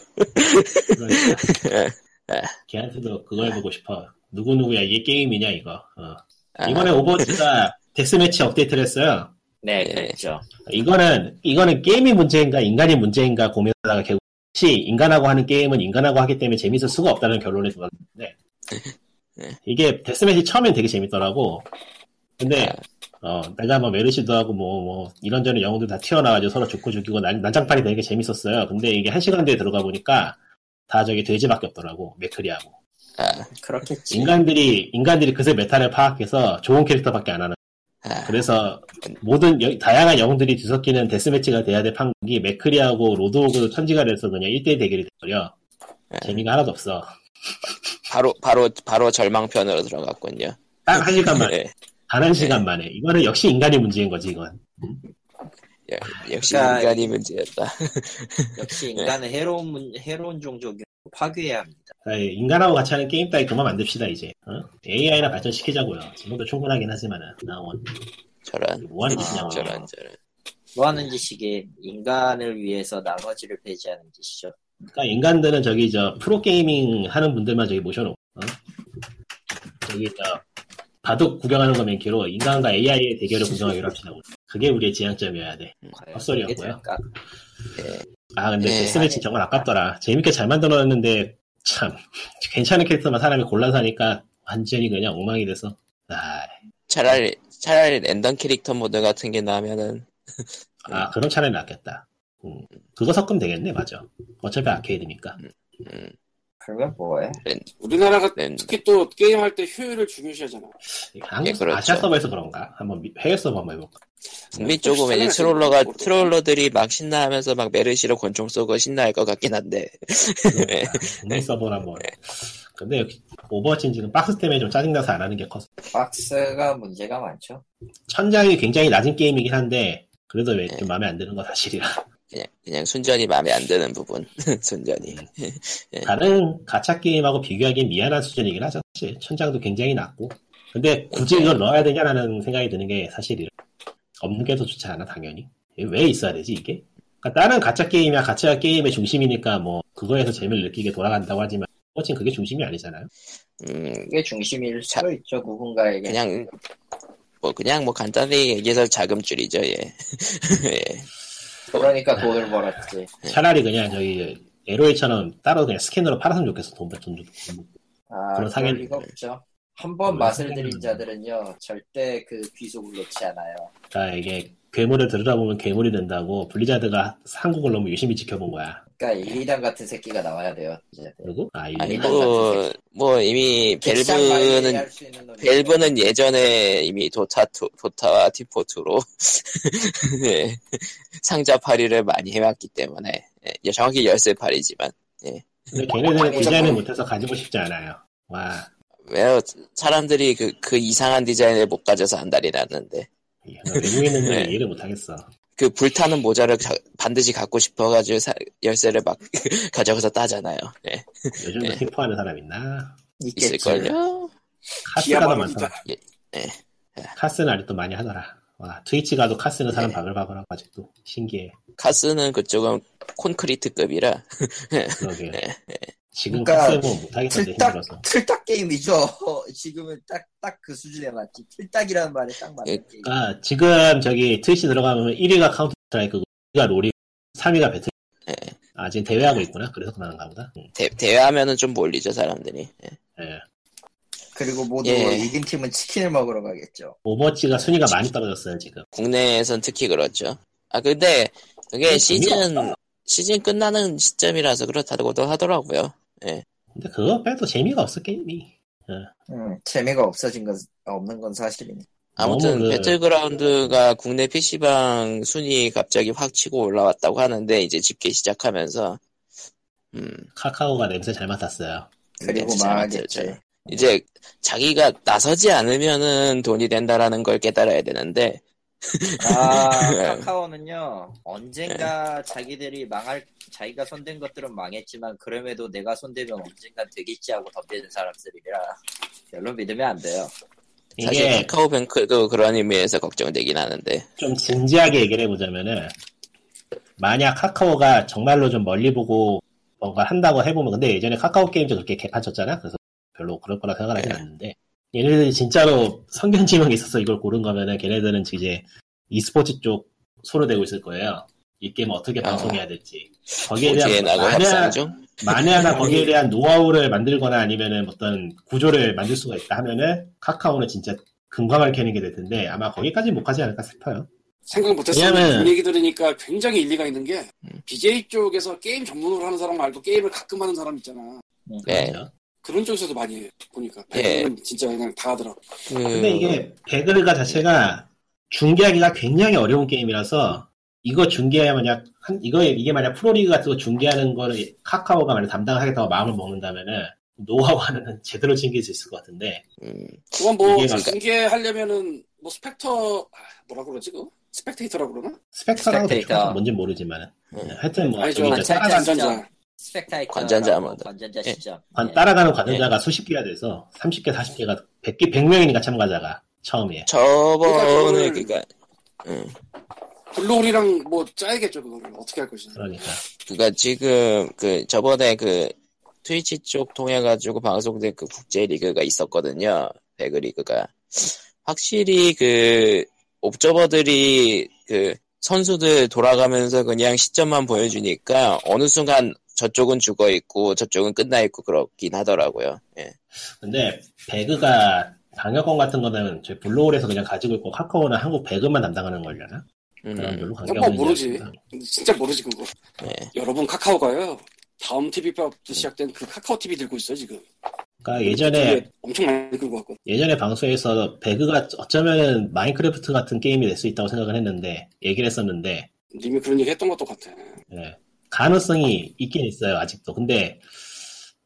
S2: (laughs)
S3: 그러니까.
S1: 아.
S3: 걔한테도 그걸 보고 싶어. 누구누구야 이게 게임이냐 이거 어.
S1: 아,
S3: 이번에 오버워치가 데스매치 업데이트를 했어요.
S2: 네,
S1: 예.
S2: 그렇죠.
S3: 이거는 이거는 게임이 문제인가 인간이 문제인가 고민하다가 결국 혹시 인간하고 하는 게임은 인간하고 하기 때문에 재밌을 수가 없다는 결론에 들었는데
S1: 네.
S3: 이게 데스매치 처음엔 되게 재밌더라고. 근데
S2: 네.
S1: 아.
S3: 어, 내가 뭐 메르시도 하고 뭐 뭐 이런저런 영웅들 다 튀어나와가지고 서로 죽고 죽이고 난, 난장판이 되게 재밌었어요. 근데 이게 한 시간 뒤에 들어가 보니까 다 저기 돼지밖에 없더라고 맥크리하고.
S1: 아,
S2: 그렇겠지.
S3: 인간들이 인간들이 그새 메타를 파악해서 좋은 캐릭터밖에 안 하는.
S1: 아,
S3: 그래서 모든 여- 다양한 영웅들이 뒤섞이는 데스매치가 돼야 될 판국이 맥크리하고 로드오그 천지가 돼서 그냥 1대1 대결이 되버려 재미가 하나도 없어
S1: 바로, 바로, 바로 절망편으로 들어갔군요.
S3: 딱 한 시간만
S1: 예.
S3: 단 한 시간만에 이거는 역시 인간이 문제인 거지 이건
S1: 예, 역시
S2: 그러니까
S1: 인간이 문제였다.
S2: 역시
S3: 네.
S2: 인간은 해로운 문- 해로운 종족이 파괴해야 합니다.
S3: 아이, 인간하고 같이 하는 게임 따위 그만 만듭시다 이제 AI나 발전시키자고요 지금도 충분하긴 하지만은 나원
S1: 저런,
S3: 뭐하는
S2: 아.
S3: 짓이냐고
S1: 저런, 저런.
S2: 뭐 하는 짓이게 인간을 위해서 나머지를 배제하는 짓이죠.
S3: 그러니까 인간들은 저기 저 프로게이밍 하는 분들만 저기 모셔놓고 어? 저기 저 바둑 구경하는 거 맨키로 인간과 AI의 대결을 구경하기로 합시다 그게 우리의 지향점이어야 돼
S2: 과연
S3: 헛소리였고요.
S2: 그게 될까?
S3: 아 근데
S1: 예.
S3: 데스매치 정말 아깝더라. 재밌게 잘 만들어놨는데 참 괜찮은 캐릭터만 사람이 골라서 하니까 완전히 그냥 엉망이 돼서 아,
S1: 차라리 차라리 랜덤 캐릭터 모드 같은 게 나면은 예.
S3: 아 그런 차라리 낫겠다. 음, 그거 섞으면 되겠네 맞아. 어차피 아케이드니까.
S1: 음,
S2: 그러면 뭐해?
S5: 우리나라가
S1: 네.
S5: 특히 또 게임할 때 효율을 중요시하잖아.
S3: 그러니까 한국
S1: 예, 그렇죠.
S3: 아시아 서버에서 그런가? 한번 미- 해외 서버
S1: (laughs)
S3: 한번 해볼까?
S1: 북미 쪽은 왠지 트롤러가 트롤러들이 막 신나하면서 막 메르시로 권총 쏘고 신나할 것 같긴 한데
S3: 그러니까, 북미 서버를 한번.
S1: 예.
S3: 근데 역시 오버워치인지는 박스 때문에 좀 짜증나서 안 하는 게 커서.
S2: 박스가 문제가 많죠.
S3: 천장이 굉장히 낮은 게임이긴 한데 그래도 왜
S1: 예.
S3: 좀 마음에 안 드는 건 사실이라.
S1: 그냥 그냥 순전히 마음에 안 드는 부분 (laughs) 순전히
S3: 다른 가챠 게임하고 비교하기엔 미안한 수준이긴 하죠. 사실 천장도 굉장히 낮고. 근데 굳이 이걸
S1: 네.
S3: 넣어야 되냐라는 생각이 드는 게 사실이라. 없는 게 더 좋지 않아 당연히. 왜 있어야 되지 이게? 그러니까 다른 가챠 게임이야 가챠 게임의 중심이니까 뭐 그거에서 재미를 느끼게 돌아간다고 하지만 어쨌든 그게 중심이 아니잖아요.
S1: 음
S2: 그게 중심일 수도 있죠. 누군가에게.
S1: 그냥 뭐 그냥 뭐 간단히 얘기해서 자금줄이죠 예. 예.
S2: 그러니까 돈을 벌었지.
S1: 네.
S3: 차라리 그냥 저기 LOA처럼 따로 그냥 스캔으로 팔았으면 좋겠어 돈 돈 주고.
S2: 아,
S3: 그런
S2: 그럴
S3: 상인-
S2: 리가 없죠. 한 번
S3: 그런
S2: 맛을
S3: 상인은-
S2: 들인 자들은요, 절대 그 귀속을 놓지 않아요.
S3: 그러니까 이게 괴물을 들으다 보면 괴물이 된다고 블리자드가 한국을 너무 유심히 지켜본 거야.
S2: 그러니까 일리단 같은 새끼가 나와야 돼요. 이제.
S3: 그리고 아 이-
S1: 아니
S2: 음.
S1: 뭐, 뭐 이미
S2: 직장 관리를
S1: 벨브는
S2: 할수 있는 놈이
S1: 벨브는 예전에 이미 도타 투- 도타와 티포트로 (laughs) 예. 상자 파리를 많이 해왔기 때문에 예. 정확히 열쇠 파리지만
S3: 근데 걔네들은
S2: 아니,
S3: 디자인을
S2: 저거-
S3: 못해서 가지고 싶지 않아요. 와,
S1: 왜 사람들이 그, 그 이상한 디자인을 못 가져서 안달이 났는데
S3: 이 외국인들은
S1: 네.
S3: 이해를 못하겠어.
S1: 그 불타는 모자를 가- 반드시 갖고 싶어가지고 사- 열쇠를 막 (laughs) 가져가서 따잖아요. 예.
S3: 요즘도
S1: 네.
S3: 슬퍼하는 사람 있나?
S2: 있겠지.
S1: 있을걸요?
S3: 카스가 더
S5: 기아바로
S3: 많더라.
S5: 진짜
S3: 카스는 아직도 많이 하더라. 와, 트위치 가도 카스는 사람
S1: 네.
S3: 바글바글하고 아직도 신기해.
S1: 카스는 그쪽은 콘크리트급이라
S3: 그러게. 지금
S2: 그러니까
S3: 카스 해보면 못하겠는데
S2: 틀딱-
S3: 힘들어서.
S2: 틀딱 게임이죠. (laughs) 지금은 딱 딱 그 수준에 맞지. 틀딱이라는 말에 딱
S1: 예,
S2: 맞는 게임.
S3: 그러니까 지금 저기 트위치 들어가면 1위가 카운터 스트라이크고 2위가 롤이 3위가 배틀.
S1: 네.
S3: 아, 지금 대회하고 있구나. 그래서 그만한가 보다. 응.
S1: 대, 대회하면은 좀 몰리죠 사람들이. 예.
S3: 예.
S2: 그리고 모두
S1: 예.
S2: 이긴 팀은 치킨을 먹으러 가겠죠.
S3: 오버워치가 순위가 많이 떨어졌어요, 지금.
S1: 국내에선 특히 그렇죠. 아 근데 그게 시즌 시즌 끝나는 시점이라서 그렇다고도 하더라고요.
S3: 근데 그거 빼도 재미가 없어, 게임이.
S2: 음, 재미가 없어진 건 없는 건 사실이니.
S1: 아무튼
S3: 너무 그-
S1: 배틀그라운드가 국내 PC방 순위 갑자기 확 치고 올라왔다고 하는데 이제 집계 시작하면서 음
S3: 카카오가 냄새 잘 맡았어요.
S2: 그리고
S1: 진짜
S2: 망하겠지.
S1: 맞아요. 이제 자기가 나서지 않으면은 돈이 된다라는 걸 깨달아야 되는데 (laughs) 네.
S2: 아 카카오는요 언젠가 자기들이 망할 자기가 손댄 것들은 망했지만 그럼에도 내가 손대면 언젠간 되겠지 하고 덤비는 사람들이라 별로 믿으면 안 돼요.
S1: 사실
S3: 이게
S1: 카카오뱅크도 그런 의미에서 걱정되긴 하는데
S3: 좀 진지하게 얘기를 해보자면은 만약 카카오가 정말로 좀 멀리 보고 뭔가 한다고 해보면 근데 예전에 카카오 게임도 그렇게 개판 쳤잖아 그래서 별로 그럴 거라 생각하진
S1: 네.
S3: 않는데 얘네들이 진짜로 성견지명이 있어서 이걸 고른 거면은 걔네들은 이제 e스포츠 쪽 손을 대고 있을 거예요 이 게임 어떻게
S1: 어.
S3: 방송해야 될지 거기에
S1: 오지에
S3: 대한
S1: 나고
S3: 만에,
S1: 협상 중
S3: 만에 하나 거기에 대한 노하우를 만들거나 아니면은 어떤 구조를 만들 수가 있다 하면은 카카오는 진짜 금광을 캐는 게 될 텐데 아마 거기까지 못 가지 않을까 싶어요
S5: 생각 못했었는데
S3: 왜냐면-
S5: 그 얘기 들으니까 굉장히 일리가 있는 게
S1: 음.
S5: BJ 쪽에서 게임 전문으로 하는 사람 말고 게임을 가끔 하는 사람 있잖아.
S1: 네.
S3: 그렇죠.
S5: 그런 쪽에서도 많이 해 보니까
S1: 예.
S5: 배우는 진짜 그냥 다 하더라고.
S1: 그...
S3: 근데 이게 배그가 자체가 중계하기가 굉장히 어려운 게임이라서 이거 중계해야 만약 한 이거 이게 만약 프로리그 같은 거 중계하는 거를 카카오가 만약 담당하겠다고 마음을 먹는다면은 노하우 하나는 제대로 챙길 수 있을 것 같은데
S1: 음,
S5: 그건 뭐
S3: 이게 그러니까 막-
S5: 중계하려면은 뭐 스펙터 아, 뭐라 그러지 그 스펙테이터라고 그러나?
S3: 스펙터라고
S2: 스펙테이터.
S3: 대충 알아서 뭔지 모르지만
S1: 네.
S3: 하여튼 뭐
S5: 아니 저
S3: 저기
S2: 아,
S3: 저
S2: 차-
S3: 따라가,
S5: 관전자.
S2: 스펙타이크
S1: 관전자 모드.
S2: 관전자
S1: 예.
S2: 시점. 예.
S3: 따라가는 관전자가
S1: 네.
S3: 수십 개가 돼서 30개 40개가 100개 100명이니까 참가자가 처음에
S1: 저번에
S5: 그러니까
S1: 그니까 음,
S5: 블루홀이랑 뭐 짜야겠죠 그거를 어떻게 할 것이냐.
S3: 그러니까
S1: 그니까 지금 그 저번에 그 트위치 쪽 통해 가지고 방송된 그 국제 리그가 있었거든요 배그 리그가 확실히 그 옵저버들이 그 선수들 돌아가면서 그냥 시점만 보여주니까 어느 순간 저쪽은 죽어 있고 저쪽은 끝나 있고 그렇긴 하더라고요. 예.
S3: 근데 배그가 방역권 같은 거는 저희 블로홀에서 그냥 가지고 있고 카카오는 한국 배그만 담당하는 걸려나? 그럼
S1: 음,
S3: 별로
S5: 그건 뭐
S3: 관계없는
S5: 모르지.
S3: 이야기구나.
S5: 진짜 모르지 그거.
S3: 네.
S1: 예.
S5: 여러분 카카오가요. 다음 TV부터 시작된 그 카카오 TV 들고 있어 지금.
S3: 그러니까 예전에
S1: 네.
S5: 그게 엄청 많이 들고 왔고.
S3: 예전에 방송에서 배그가 어쩌면 마인크래프트 같은 게임이 될 수 있다고 생각을 했는데 얘기를 했었는데
S5: 님이 그런 얘기 했던 것도 같아.
S3: 예. 가능성이 있긴 있어요 아직도 근데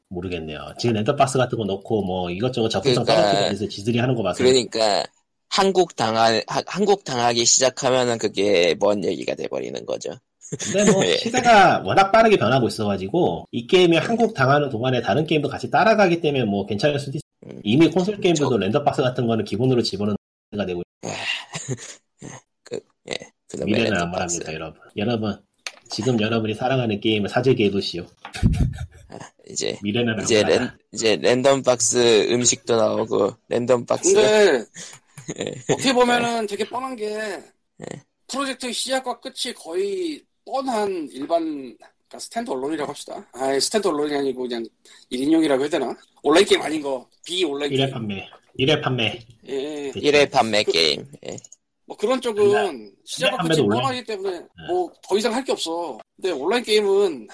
S3: 모르겠네요 지금 렌터박스 같은 거 넣고 뭐 이것저것 접근성
S1: 그러니까-
S3: 떨어뜨리고 해서 지들이 하는 거 봐서
S1: 그러니까 한국 당하 하- 한국 당하기 시작하면은 그게 먼 얘기가 돼 버리는 거죠.
S3: 근데 뭐
S1: (laughs) 예.
S3: 시대가 워낙 빠르게 변하고 있어가지고 이 게임이 한국 당하는 동안에 다른 게임도 같이 따라가기 때문에 뭐 괜찮을 수도 있어요
S1: 음.
S3: 이미 콘솔 게임들도
S1: 저-
S3: 렌더박스 같은 거는 기본으로 집어넣는 가 되고
S1: 그놈의
S3: 미래는 안
S1: 그러니까 랜덤박스.
S3: 말합니다 여러분 여러분 지금 여러분이 사랑하는 게임을 사재기 해두시오
S1: 이제
S3: 미래는
S1: 이제
S3: 안
S1: 랜
S3: 말한다
S1: 이제 랜덤 박스 음식도 나오고 랜덤 박스
S5: 근데
S1: 예.
S5: 어떻게 보면은 되게 뻔한 게 프로젝트의 시작과 끝이 거의 뻔한 일반 그러니까 스탠드 언론이라고 합시다. 아 스탠드 언론이 아니고 그냥 1인용이라고 해야 되나? 온라인 게임 아닌 거. 비온라인
S3: 일회
S5: 게임.
S3: 판매 일회 판매
S5: 예.
S3: 그쵸.
S1: 1회 판매 게임. 예.
S5: 뭐 그런 쪽은 시작과
S3: 판매도 예.
S5: 끝이
S3: 온라인.
S5: 뻔하기 때문에 뭐 더 이상 할 게 없어. 근데 온라인 게임은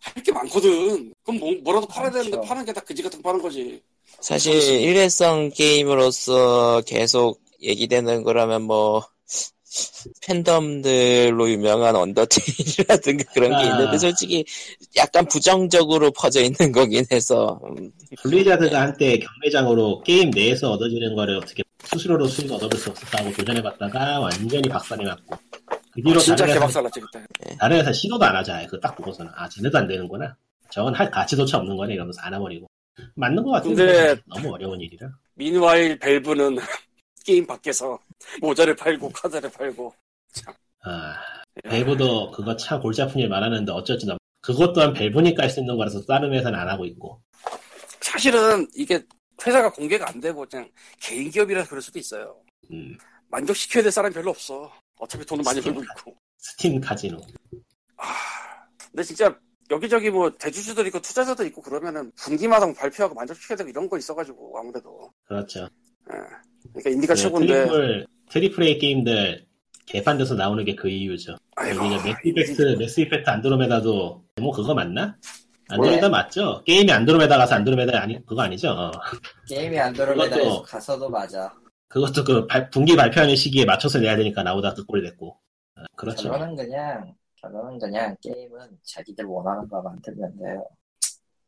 S5: 할 게 많거든. 그럼 뭐, 뭐라도 팔아야 되는데
S2: 그렇죠.
S5: 파는 게 다 그지 같은 거 파는 거지.
S1: 사실 일회성 게임으로서 계속 얘기되는 거라면 뭐 팬덤들로 유명한 언더테일이라든가 (laughs) 그런 게
S3: 아.
S1: 있는데 솔직히 약간 부정적으로 퍼져 있는 거긴 해서 음,
S3: 블리자드가 한때 경매장으로 게임 내에서 얻어지는 거를 어떻게 스스로로 수익 얻어볼 수 없었다고 도전해봤다가 완전히 박살이 났고 그
S1: 아,
S3: 뒤로
S5: 진짜
S3: 다른 회사-
S5: 개박살 났지 그때.
S3: 다른 회사 시도도 안 하자. 그거 딱 보고서는 아 쟤네도 안 되는구나. 저건 할 가치조차 없는 거네 이러면서 안 해버리고 맞는 것 같은데
S5: 근데-
S3: 너무 어려운 일이라.
S5: 민와일 벨브는 (laughs) 게임 밖에서 모자를 팔고 카드를 팔고
S3: 아 벨브도 그거 참 골치 아픈 일 많았는데 어쩌지 나 그것 또한 벨브니까 할 수 있는 거라서 다른 회사는 안 하고 있고
S5: 사실은 이게 회사가 공개가 안 되고 그냥 개인 기업이라서 그럴 수도 있어요.
S3: 음,
S5: 만족시켜야 될 사람이 별로 없어. 어차피 돈을 많이 벌고 있고.
S3: 스팀 카지노
S5: 아, 근데 진짜 여기저기 뭐 대주주들 있고 투자자들 있고 그러면은 분기마다 뭐 발표하고 만족시켜야 되고 이런 거 있어가지고 아무래도.
S3: 그렇죠.
S5: 그러니까 인디가
S3: 그
S5: 최고인데.
S3: 트리플 트리플 A 게임들 개판돼서 나오는 게 그 이유죠.
S5: 아이고,
S3: 우리가 맥스 이펙트, 맥스 이펙트 안드로메다도 뭐 그거 맞나? 안드로메다
S2: 몰라요.
S3: 맞죠? 게임이 안드로메다 가서 안드로메다 아니 그거 아니죠? 어.
S2: 게임이
S3: 그것도-
S2: 안드로메다에서 가서도 맞아.
S3: 그것도 그 발- 분기 발표하는 시기에 맞춰서 내야 되니까 나오다 그 꼴이 됐고. 어, 그렇죠.
S2: 결론은 그냥 결론은 그냥 게임은 자기들 원하는 거 만들면 돼요.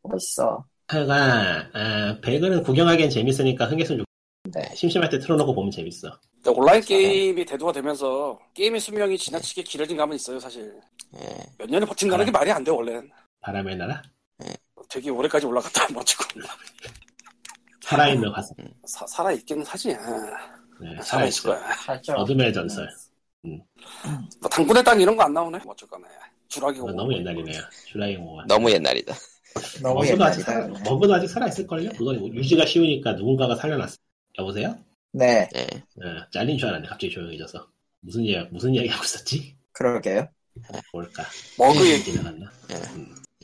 S2: 뭐 멋있어.
S3: 하여간 아, 배그는 구경하기엔 재밌으니까 흥했으면 좋겠
S1: 네.
S3: 심심할 때 틀어놓고 보면 재밌어.
S5: 근데 온라인 게임이 대두가 되면서 게임의 수명이 지나치게 길어진 감은 있어요 사실.
S1: 예.
S5: 몇 년을 버틴다는
S3: 아.
S5: 게 말이 안 돼 원래는.
S3: 바람의 나라?
S5: 되게 오래까지 올라갔다 안 맞추고.
S3: 살아있는 화살.
S5: 사- 살아있긴 하지. 네. 아,
S3: 네,
S5: 살아있을
S3: 살아있어.
S5: 거야. 음,
S2: 살짝
S3: 어둠의 전설.
S5: 뭐 당분의 땅 이런 거 안 나오네. 뭐 어쨌거나. 주라기
S3: 이건
S5: 오고.
S3: 아, 너무 옛날이네요. 주라이 모아.
S1: 너무 옛날이다.
S2: 네. 너무
S3: 머그도 아직, 살아,
S2: 옛날이다.
S3: 머그도 아직 살아있을걸요? 그거 유지가 쉬우니까 누군가가 살려놨어. 여보세요?
S2: 네,
S1: 예.
S3: 어, 잘린 줄 알았네. 갑자기 조용해져서. 무슨 이야 무슨 이야기 하고 있었지?
S2: 그러게요.
S3: 뭘까?
S5: 어, 머그 얘기.
S3: 지나갔나?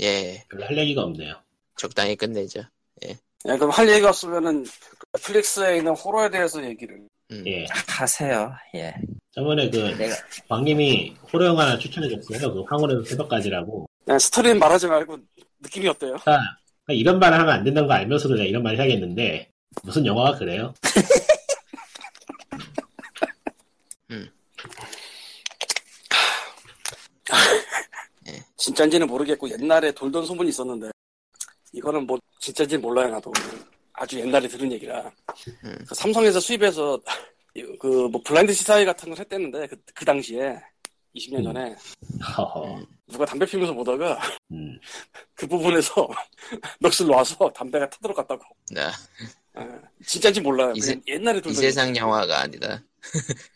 S1: 예.
S3: 별로 할 얘기가 없네요.
S1: 적당히 끝내죠.
S5: 예, 그럼 할 얘기가 없으면은 넷플릭스에 있는 호러에 대해서 얘기를.
S1: 음.
S3: 예.
S2: 하세요. 예.
S3: 저번에 그
S2: 내가
S3: 광님이 호러 영화 하나 추천해줬어요. 그 황홀에서 새벽까지라고.
S5: 그냥 예, 스토리는 말하지 말고 느낌이 어때요?
S3: 그러니까 이런 말을 하면 안 된다는 거 알면서도 내가 이런 말을 해야겠는데 무슨 영화가 그래요? (laughs)
S5: 진짜인지는 모르겠고 옛날에 돌던 소문이 있었는데 이거는 뭐 진짜인지는 몰라요 나도. 아주 옛날에 들은 얘기라.
S1: 음.
S5: 그 삼성에서 수입해서 (laughs) 그 뭐 블라인드 시사회 같은 걸 했댔는데 그, 그 당시에 20년
S3: 음.
S5: 전에
S3: 허허.
S5: 누가 담배 피우면서 보다가
S3: 음.
S5: 그 부분에서 (laughs) 넋을 놔서 담배가 타들어갔다고.
S1: 나,
S5: 진짜인지 몰라요.
S1: 이
S5: 그냥 옛날에
S1: 이
S5: 돌던
S1: 세상 영화가 아니다.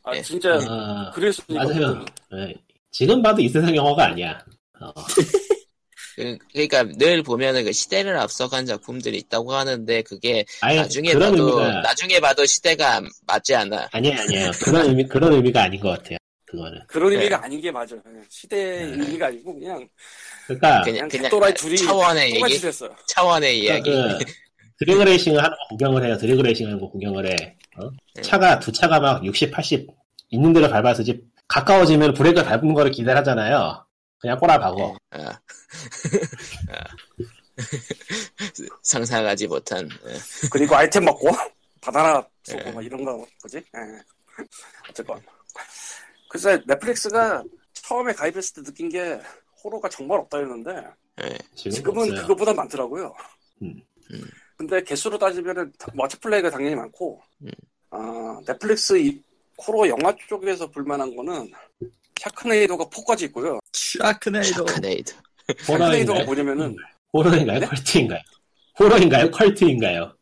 S5: 아,
S1: 예.
S5: 진짜
S3: 아,
S5: 그럴 수도
S1: 그러니까
S3: 맞아요.
S1: 뭐.
S5: 있고.
S3: 예. 지금 봐도 이 세상 영화가 아니야. 어,
S1: 그, 그러니까 늘 보면은 그 시대를 앞서간 작품들이 있다고 하는데 그게
S3: 아예
S1: 나중에
S3: 그런
S1: 봐도
S3: 의미가
S1: 나중에 봐도 시대가 안 맞지 않아.
S3: 아니에요, 아니에요. 그런 의미 그런 의미가 아닌 것 같아요. 그거는.
S5: 그런
S1: 네.
S5: 의미가 아닌 게 맞아요. 예, 시대의
S3: 네.
S5: 의미가 아니고 그냥
S3: 그러니까
S1: 그냥
S5: 그냥
S1: 그냥
S5: 갯도라이 둘이
S1: 차원의
S5: 똑같이
S1: 얘기
S5: 됐어요.
S1: 차원의 이야기
S3: 그 드래그레이싱을 하는 거 구경을 해요. 드래그레이싱 하는 거 구경을 해. 어?
S1: 네.
S3: 차가 두 차가 막 60, 80 있는 대로 밟아서지 가까워지면 브레이크 밟는 거를 기다리잖아요. 그냥 꼬라박어.
S1: 아. 아. 상상하지 못한 예.
S5: 그리고 아이템 먹고 (laughs) 바나나 쏘고
S1: 예.
S5: 막 이런 거 뭐지? 예. (laughs) 어쨌건 글쎄 넷플릭스가 처음에 가입했을 때 느낀 게 호러가 정말 없다였는데
S1: 예.
S3: 지금
S5: 지금은
S3: 없어요.
S5: 그거보다 많더라고요.
S3: 음.
S2: 예.
S1: 음.
S5: 근데 개수로 따지면은 워치 플레이가 당연히 많고
S1: 음.
S2: 예.
S5: 아, 넷플릭스 이 호러 영화 쪽에서 볼만한 거는 샤크네이도가 4까지 있고요.
S2: 샤크네이도
S1: 샤크네이드
S5: 샤크네이도가
S3: 호러인가요?
S5: 뭐냐면은
S3: 호러인가요?
S5: 네?
S3: 컬트인가요? 호러인가요? 컬트인가요?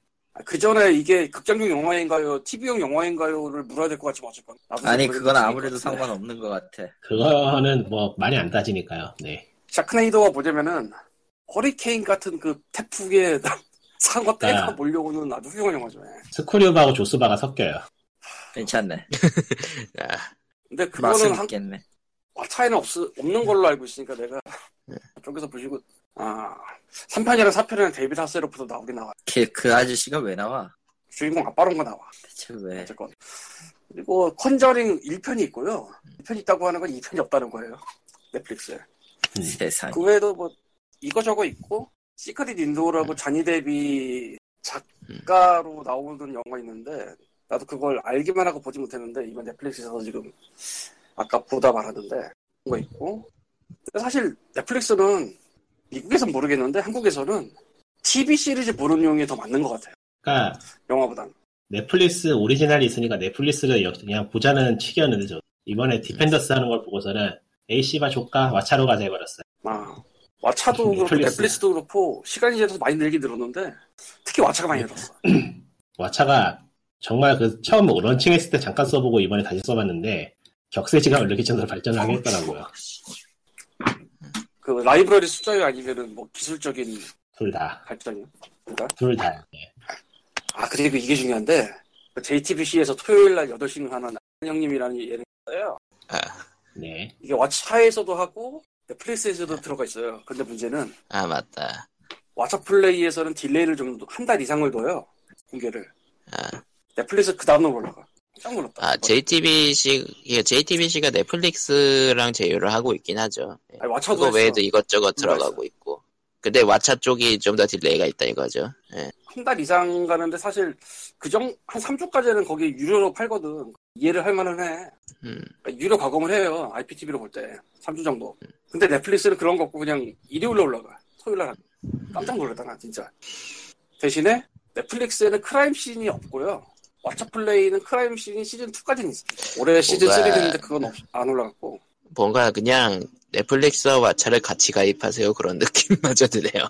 S5: 그 전에 이게 극장용 영화인가요, TV용 영화인가요를 물어야 될 것 같지만 어쨌건 나도
S2: 아니
S5: 모르겠는데
S2: 그건 아무래도
S5: 그렇구나.
S2: 상관없는 것 같아.
S3: 그거는 뭐 많이 안 따지니까요. 네.
S5: 샤크네이도가 뭐냐면은 허리케인 같은 그 태풍에 (laughs) 사과 때가
S3: 아.
S5: 몰려오는 아주 훌륭한 영화죠. 예.
S3: 스쿠리오바하고 조스바가 섞여요.
S2: 괜찮네.
S1: 아,
S5: 근데
S2: 맛은
S5: 그거는 한,
S2: 있겠네.
S5: 아, 차이는 없, 없는 걸로 알고 있으니까 내가 쪽에서 보시고 아 3편이랑 4편이랑 데이비드 하세로부터 나오긴 나와.
S2: 걔, 그 아저씨가 왜 나와?
S5: 주인공 아빠론가 나와.
S2: 대체 왜?
S5: 어쨌건 그리고 컨저링 1편이 있고요. 2편 있다고 하는 건 2편이 없다는 거예요. 넷플릭스에.
S2: 세상에.
S5: 그 외에도 뭐 이거저거 있고 시크릿 인도라고
S3: 네.
S5: 자니 데비 작가로 나오는 영화 있는데 나도 그걸 알기만 하고 보지 못했는데 이번 넷플릭스에서 지금 아까 보다 말았는데 그거 있고 근데 사실 넷플릭스는 미국에선 모르겠는데 한국에서는 TV 시리즈 보는 용이 더 맞는 것 같아요
S3: 그러니까
S5: 영화보단
S3: 넷플릭스 오리지널이 있으니까 넷플릭스를 역- 그냥 보자는 취지였는데 저 이번에 디펜더스 하는 걸 보고서는 에이 씨발 조까 와차로 가자 해버렸어요.
S5: 아 와차도 그렇고
S3: 넷플릭스.
S5: 넷플릭스도 그렇고 시간이 지나서 많이 늘긴 늘었는데 특히 와차가 많이 늘었어
S3: 와차가 정말 그 처음 뭐 런칭했을 때 잠깐 써보고 이번에 다시 써봤는데 격세지감을 느낄 정도로 발전을 하게 했더라고요.
S5: 그 라이브러리 숫자요 아니면은 뭐 기술적인
S3: 둘 다.
S5: 발전이요 그러니까?
S3: 둘 다. 예.
S5: 아 그리고 이게 중요한데 그 JTBC에서 토요일 날 8시는 하는 형님이라는 예능이 있어요.
S1: 아,
S3: 네.
S5: 이게 왓챠에서도 하고 네, 넷플릭스에서도 들어가 있어요. 근데 문제는
S1: 아 맞다
S5: 왓챠 플레이에서는 딜레이를 좀 한 달 이상을 둬요. 공개를.
S1: 아,
S5: 넷플릭스 그 다음으로 올라가. 깜짝 놀랐다.
S1: 아 JTBC 예, JTBC가 넷플릭스랑 제휴를 하고 있긴 하죠 예.
S5: 아니,
S1: 그거
S5: 왓챠도
S1: 외에도
S5: 외에도
S1: 이것저것
S5: 그거
S1: 들어가고 있고 근데 왓챠 쪽이 좀 더 딜레이가 있다 이거죠 예.
S5: 한 달 이상 가는데 사실 그정한 3주까지는 거기 유료로 팔거든. 이해를 할 만은 해.
S1: 음,
S5: 그러니까 유료 가공을 해요. IPTV로 볼 때. 3주 정도. 근데 넷플릭스는 그런 거 없고 그냥 일요일로 올라가. 토요일날 가. 깜짝 놀랐다, 나 진짜. 대신에 넷플릭스에는 크라임 씬이 없고요. 왓챠 플레이는 크라임 씬이 시즌 2까지는 있습니다. 올해 시즌
S1: 뭐가-
S5: 3도 있는데 그건 없, 안 올라갔고.
S1: 뭔가 그냥 넷플릭스와 왓챠를 같이 가입하세요 그런 (laughs) 느낌마저 드네요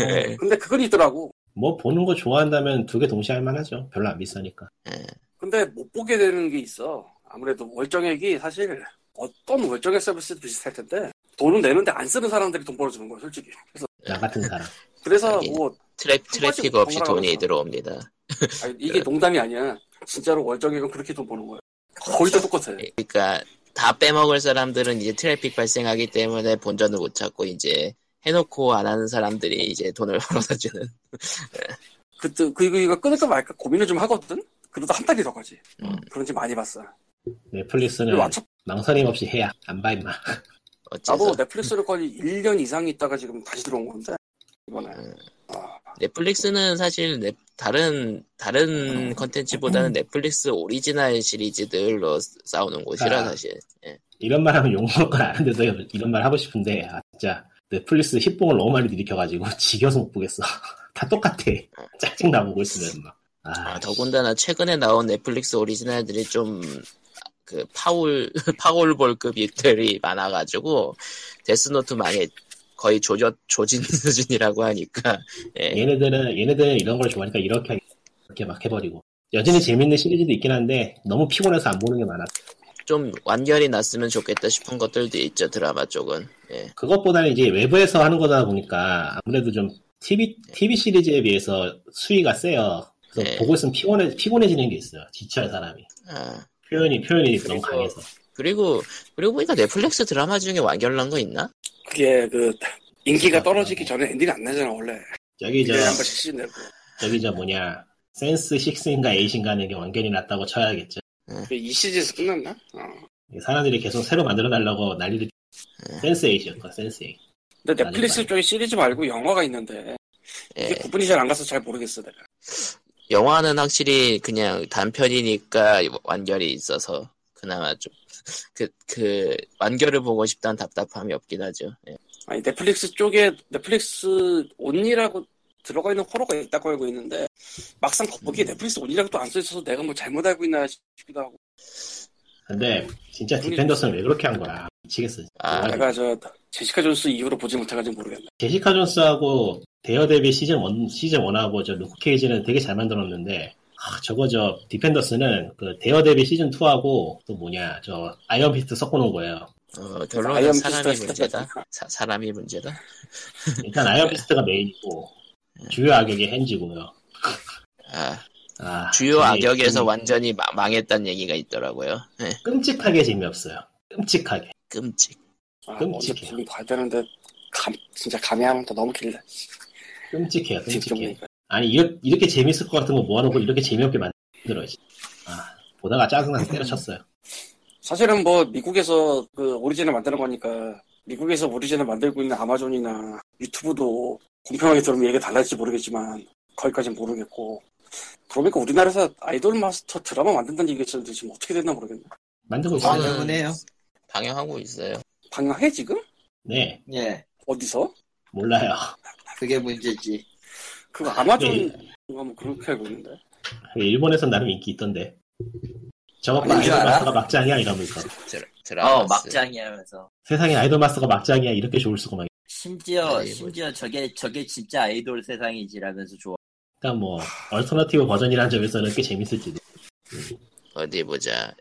S1: 예.
S5: 근데 그건 있더라고.
S3: 뭐 보는 거 좋아한다면 두 개 동시에 할 만하죠. 별로 안 비싸니까.
S5: 근데 못 보게 되는 게 있어. 아무래도 월정액이 사실 어떤 월정액 서비스도 비슷할 텐데 돈은 내는데 안 쓰는 사람들이 돈 벌어주는 거야, 솔직히. 그래서,
S3: 나 같은 사람.
S5: 그래서
S1: 하긴.
S5: 뭐
S1: 트래,
S5: 가지
S1: 트래픽 없이
S5: 번갈아
S1: 돈이
S5: 가면서.
S1: 들어옵니다
S5: 아니, 이게 농담이 아니야. 진짜로 월정액은 그렇게 돈 버는 거야. 거의 다 똑같아.
S1: 그러니까 다 빼먹을 사람들은 이제 트래픽 발생하기 때문에 본전을 못 찾고 이제 해놓고 안 하는 사람들이 이제 돈을 (laughs) 벌어다 주는
S5: 그때 그 이거 이거 끊을까 말까 고민을 좀 하거든. 그러다 한 달이 더 가지.
S1: 음.
S5: 그런지 많이 봤어.
S3: 넷플릭스는
S5: 그리고 와차-
S3: 망설임 없이 해야 안 봐 임마.
S1: 어째서
S5: 나도 넷플릭스를 거의 1년 이상 있다가 지금 다시 들어온 건데 이번에
S1: 음.
S5: 아,
S1: 넷플릭스는 사실 넷- 다른 다른 컨텐츠보다는 넷플릭스 오리지널 시리즈들로 싸우는 곳이라
S3: 아.
S1: 사실 예.
S3: 이런 말 하면 욕먹을 건 아는데도 이런 말 하고 싶은데, 아, 진짜. 넷플릭스 힙봉을 너무 많이 들이켜가지고 (laughs) 지겨서 못 보겠어. 다 똑같아. (laughs) 짜증나 보고 있으면 막. 아,
S1: 아, 더군다나 최근에 나온 넷플릭스 오리지널들이 좀 그 파울 (laughs) 파울볼급들이 많아가지고 데스노트 많이 거의 조져 조진 (laughs) 수준이라고 하니까 예.
S3: 얘네들은, 얘네들은 이런 걸 좋아하니까 이렇게, 하겠- 이렇게 막 해버리고. 여전히 재밌는 시리즈도 있긴 한데, 너무 피곤해서 안 보는 게 많아.
S1: 좀 완결이 났으면 좋겠다 싶은 것들도 있죠 드라마 쪽은 예.
S3: 그것보다는 이제 외부에서 하는 거다 보니까 아무래도 좀 TV, TV 시리즈에 비해서 수위가 세요. 그래서
S5: 예.
S1: 네.
S3: 보고 있으면 피곤해, 피곤해지는 게 있어요. 지쳐요, 사람이.
S1: 아,
S3: 표현이, 표현이 너무
S5: 그래서
S3: 강해서.
S1: 그리고 그리고 보니까 넷플릭스 드라마 중에 완결난 거 있나?
S5: 그게 그 인기가 떨어지기 전에 엔딩이 안 나잖아 원래
S3: 저기 저
S5: 1년에 한 번씩 시즌 내고
S3: 저기 저 뭐냐 센스 6인가 8인가는 게 완전히 났다고 쳐야겠죠.
S5: 그게 이 시즌에서 끝났나? 어.
S3: 이게 사람들이 계속 새로 만들어 달라고 난리를
S5: 예.
S3: 센스 8이었고 센스 8.
S5: 근데 넷플릭스 쪽에 시리즈 말고 영화가 있는데
S1: 예.
S5: 이게 구분이 잘 안 가서 잘 모르겠어 내가
S1: 영화는 확실히 그냥 단편이니까 완결이 있어서 그나마 좀그그 (laughs) 완결을 보고 싶다는 답답함이 없긴 하죠. 예.
S5: 아니 넷플릭스 쪽에 넷플릭스 온이라고 들어가 있는 호러가 있다고 알고 있는데 막상 거기에 넷플릭스 온이라고 또 안 써 있어서 내가 뭐 잘못 알고 있나 싶기도 하고
S3: 근데 진짜 디펜더스는 왜 그렇게 한 거야? 미치겠어.
S1: 아,
S3: 정말
S5: 내가 저 제시카 존스 이후로 보지 못해가지고 모르겠네
S3: 제시카 존스하고 데어데비 시즌 1, 시즌 1하고 저 루크 케이지는 되게 잘 만들었는데, 아, 저거 저 디펜더스는 그 데어데비 시즌 2하고 또 뭐냐, 저 아이언 피스트 섞어놓은 거예요.
S1: 어,
S5: 아이언
S1: 결론은 사람이
S5: 피스트
S1: 문제다. 사, 람이 문제다. (laughs)
S3: 일단 아이언 피스트가 메인이고, 주요 악역이 헨지고요.
S1: 아,
S3: 아,
S1: 주요
S3: 저기
S1: 악역에서
S2: 음.
S3: 좀
S1: 완전히 마- 망했다는 얘기가 있더라고요. 예,
S3: 끔찍하게 재미없어요. 끔찍하게.
S1: 끔찍.
S5: 아, 어제
S3: 끔찍해요.
S5: 보긴 봐야 되는데 감, 진짜 감이 하면 또 너무 길다
S3: 끔찍해요, 끔찍해.
S5: 집중이니까
S3: 아니, 이렇게, 이렇게 재밌을 것 같은 거 모아놓고 이렇게 재미없게 만들어야지. 아, 보다가
S2: 네.
S3: 짜증나서 때려쳤어요.
S5: 사실은 뭐 미국에서 그 오리진을 만드는 거니까 미국에서 오리진을 만들고 있는 아마존이나 유튜브도 공평하게 들으면 얘기가 달라질지 모르겠지만 거기까지는 모르겠고 그러니까 우리나라에서 아이돌 마스터 드라마 만든다는 얘기가 있었는데 지금 어떻게 됐나 모르겠네
S3: 만들고 있어요.
S1: 저는-
S2: 방영은 해요.
S1: 방영하고 있어요.
S5: 방영해 지금?
S3: 네,
S2: 예,
S5: 어디서?
S3: 몰라요. (laughs)
S2: 그게 문제지.
S5: 그거 아마존
S3: 네.
S5: 뭔가 뭐 그렇게 알고 있는데
S3: 일본에서 나름 인기 있던데. 저거 봐,
S2: 뭔줄
S3: 아이돌
S2: 알아?
S3: 마스터가 막장이야 이러면서.
S1: 드,
S2: 어,
S1: 드라마.
S2: 막장이 하면서.
S3: 세상에 아이돌 마스터가 막장이야 이렇게 좋을 수가 막.
S2: 심지어
S1: 아니, 뭐-
S2: 심지어 저게 저게 진짜 아이돌 세상이지라면서 좋아.
S3: 그러니까 뭐 얼터너티브 버전이라는 점에서는 꽤 재밌을지도.
S1: 어디 보자.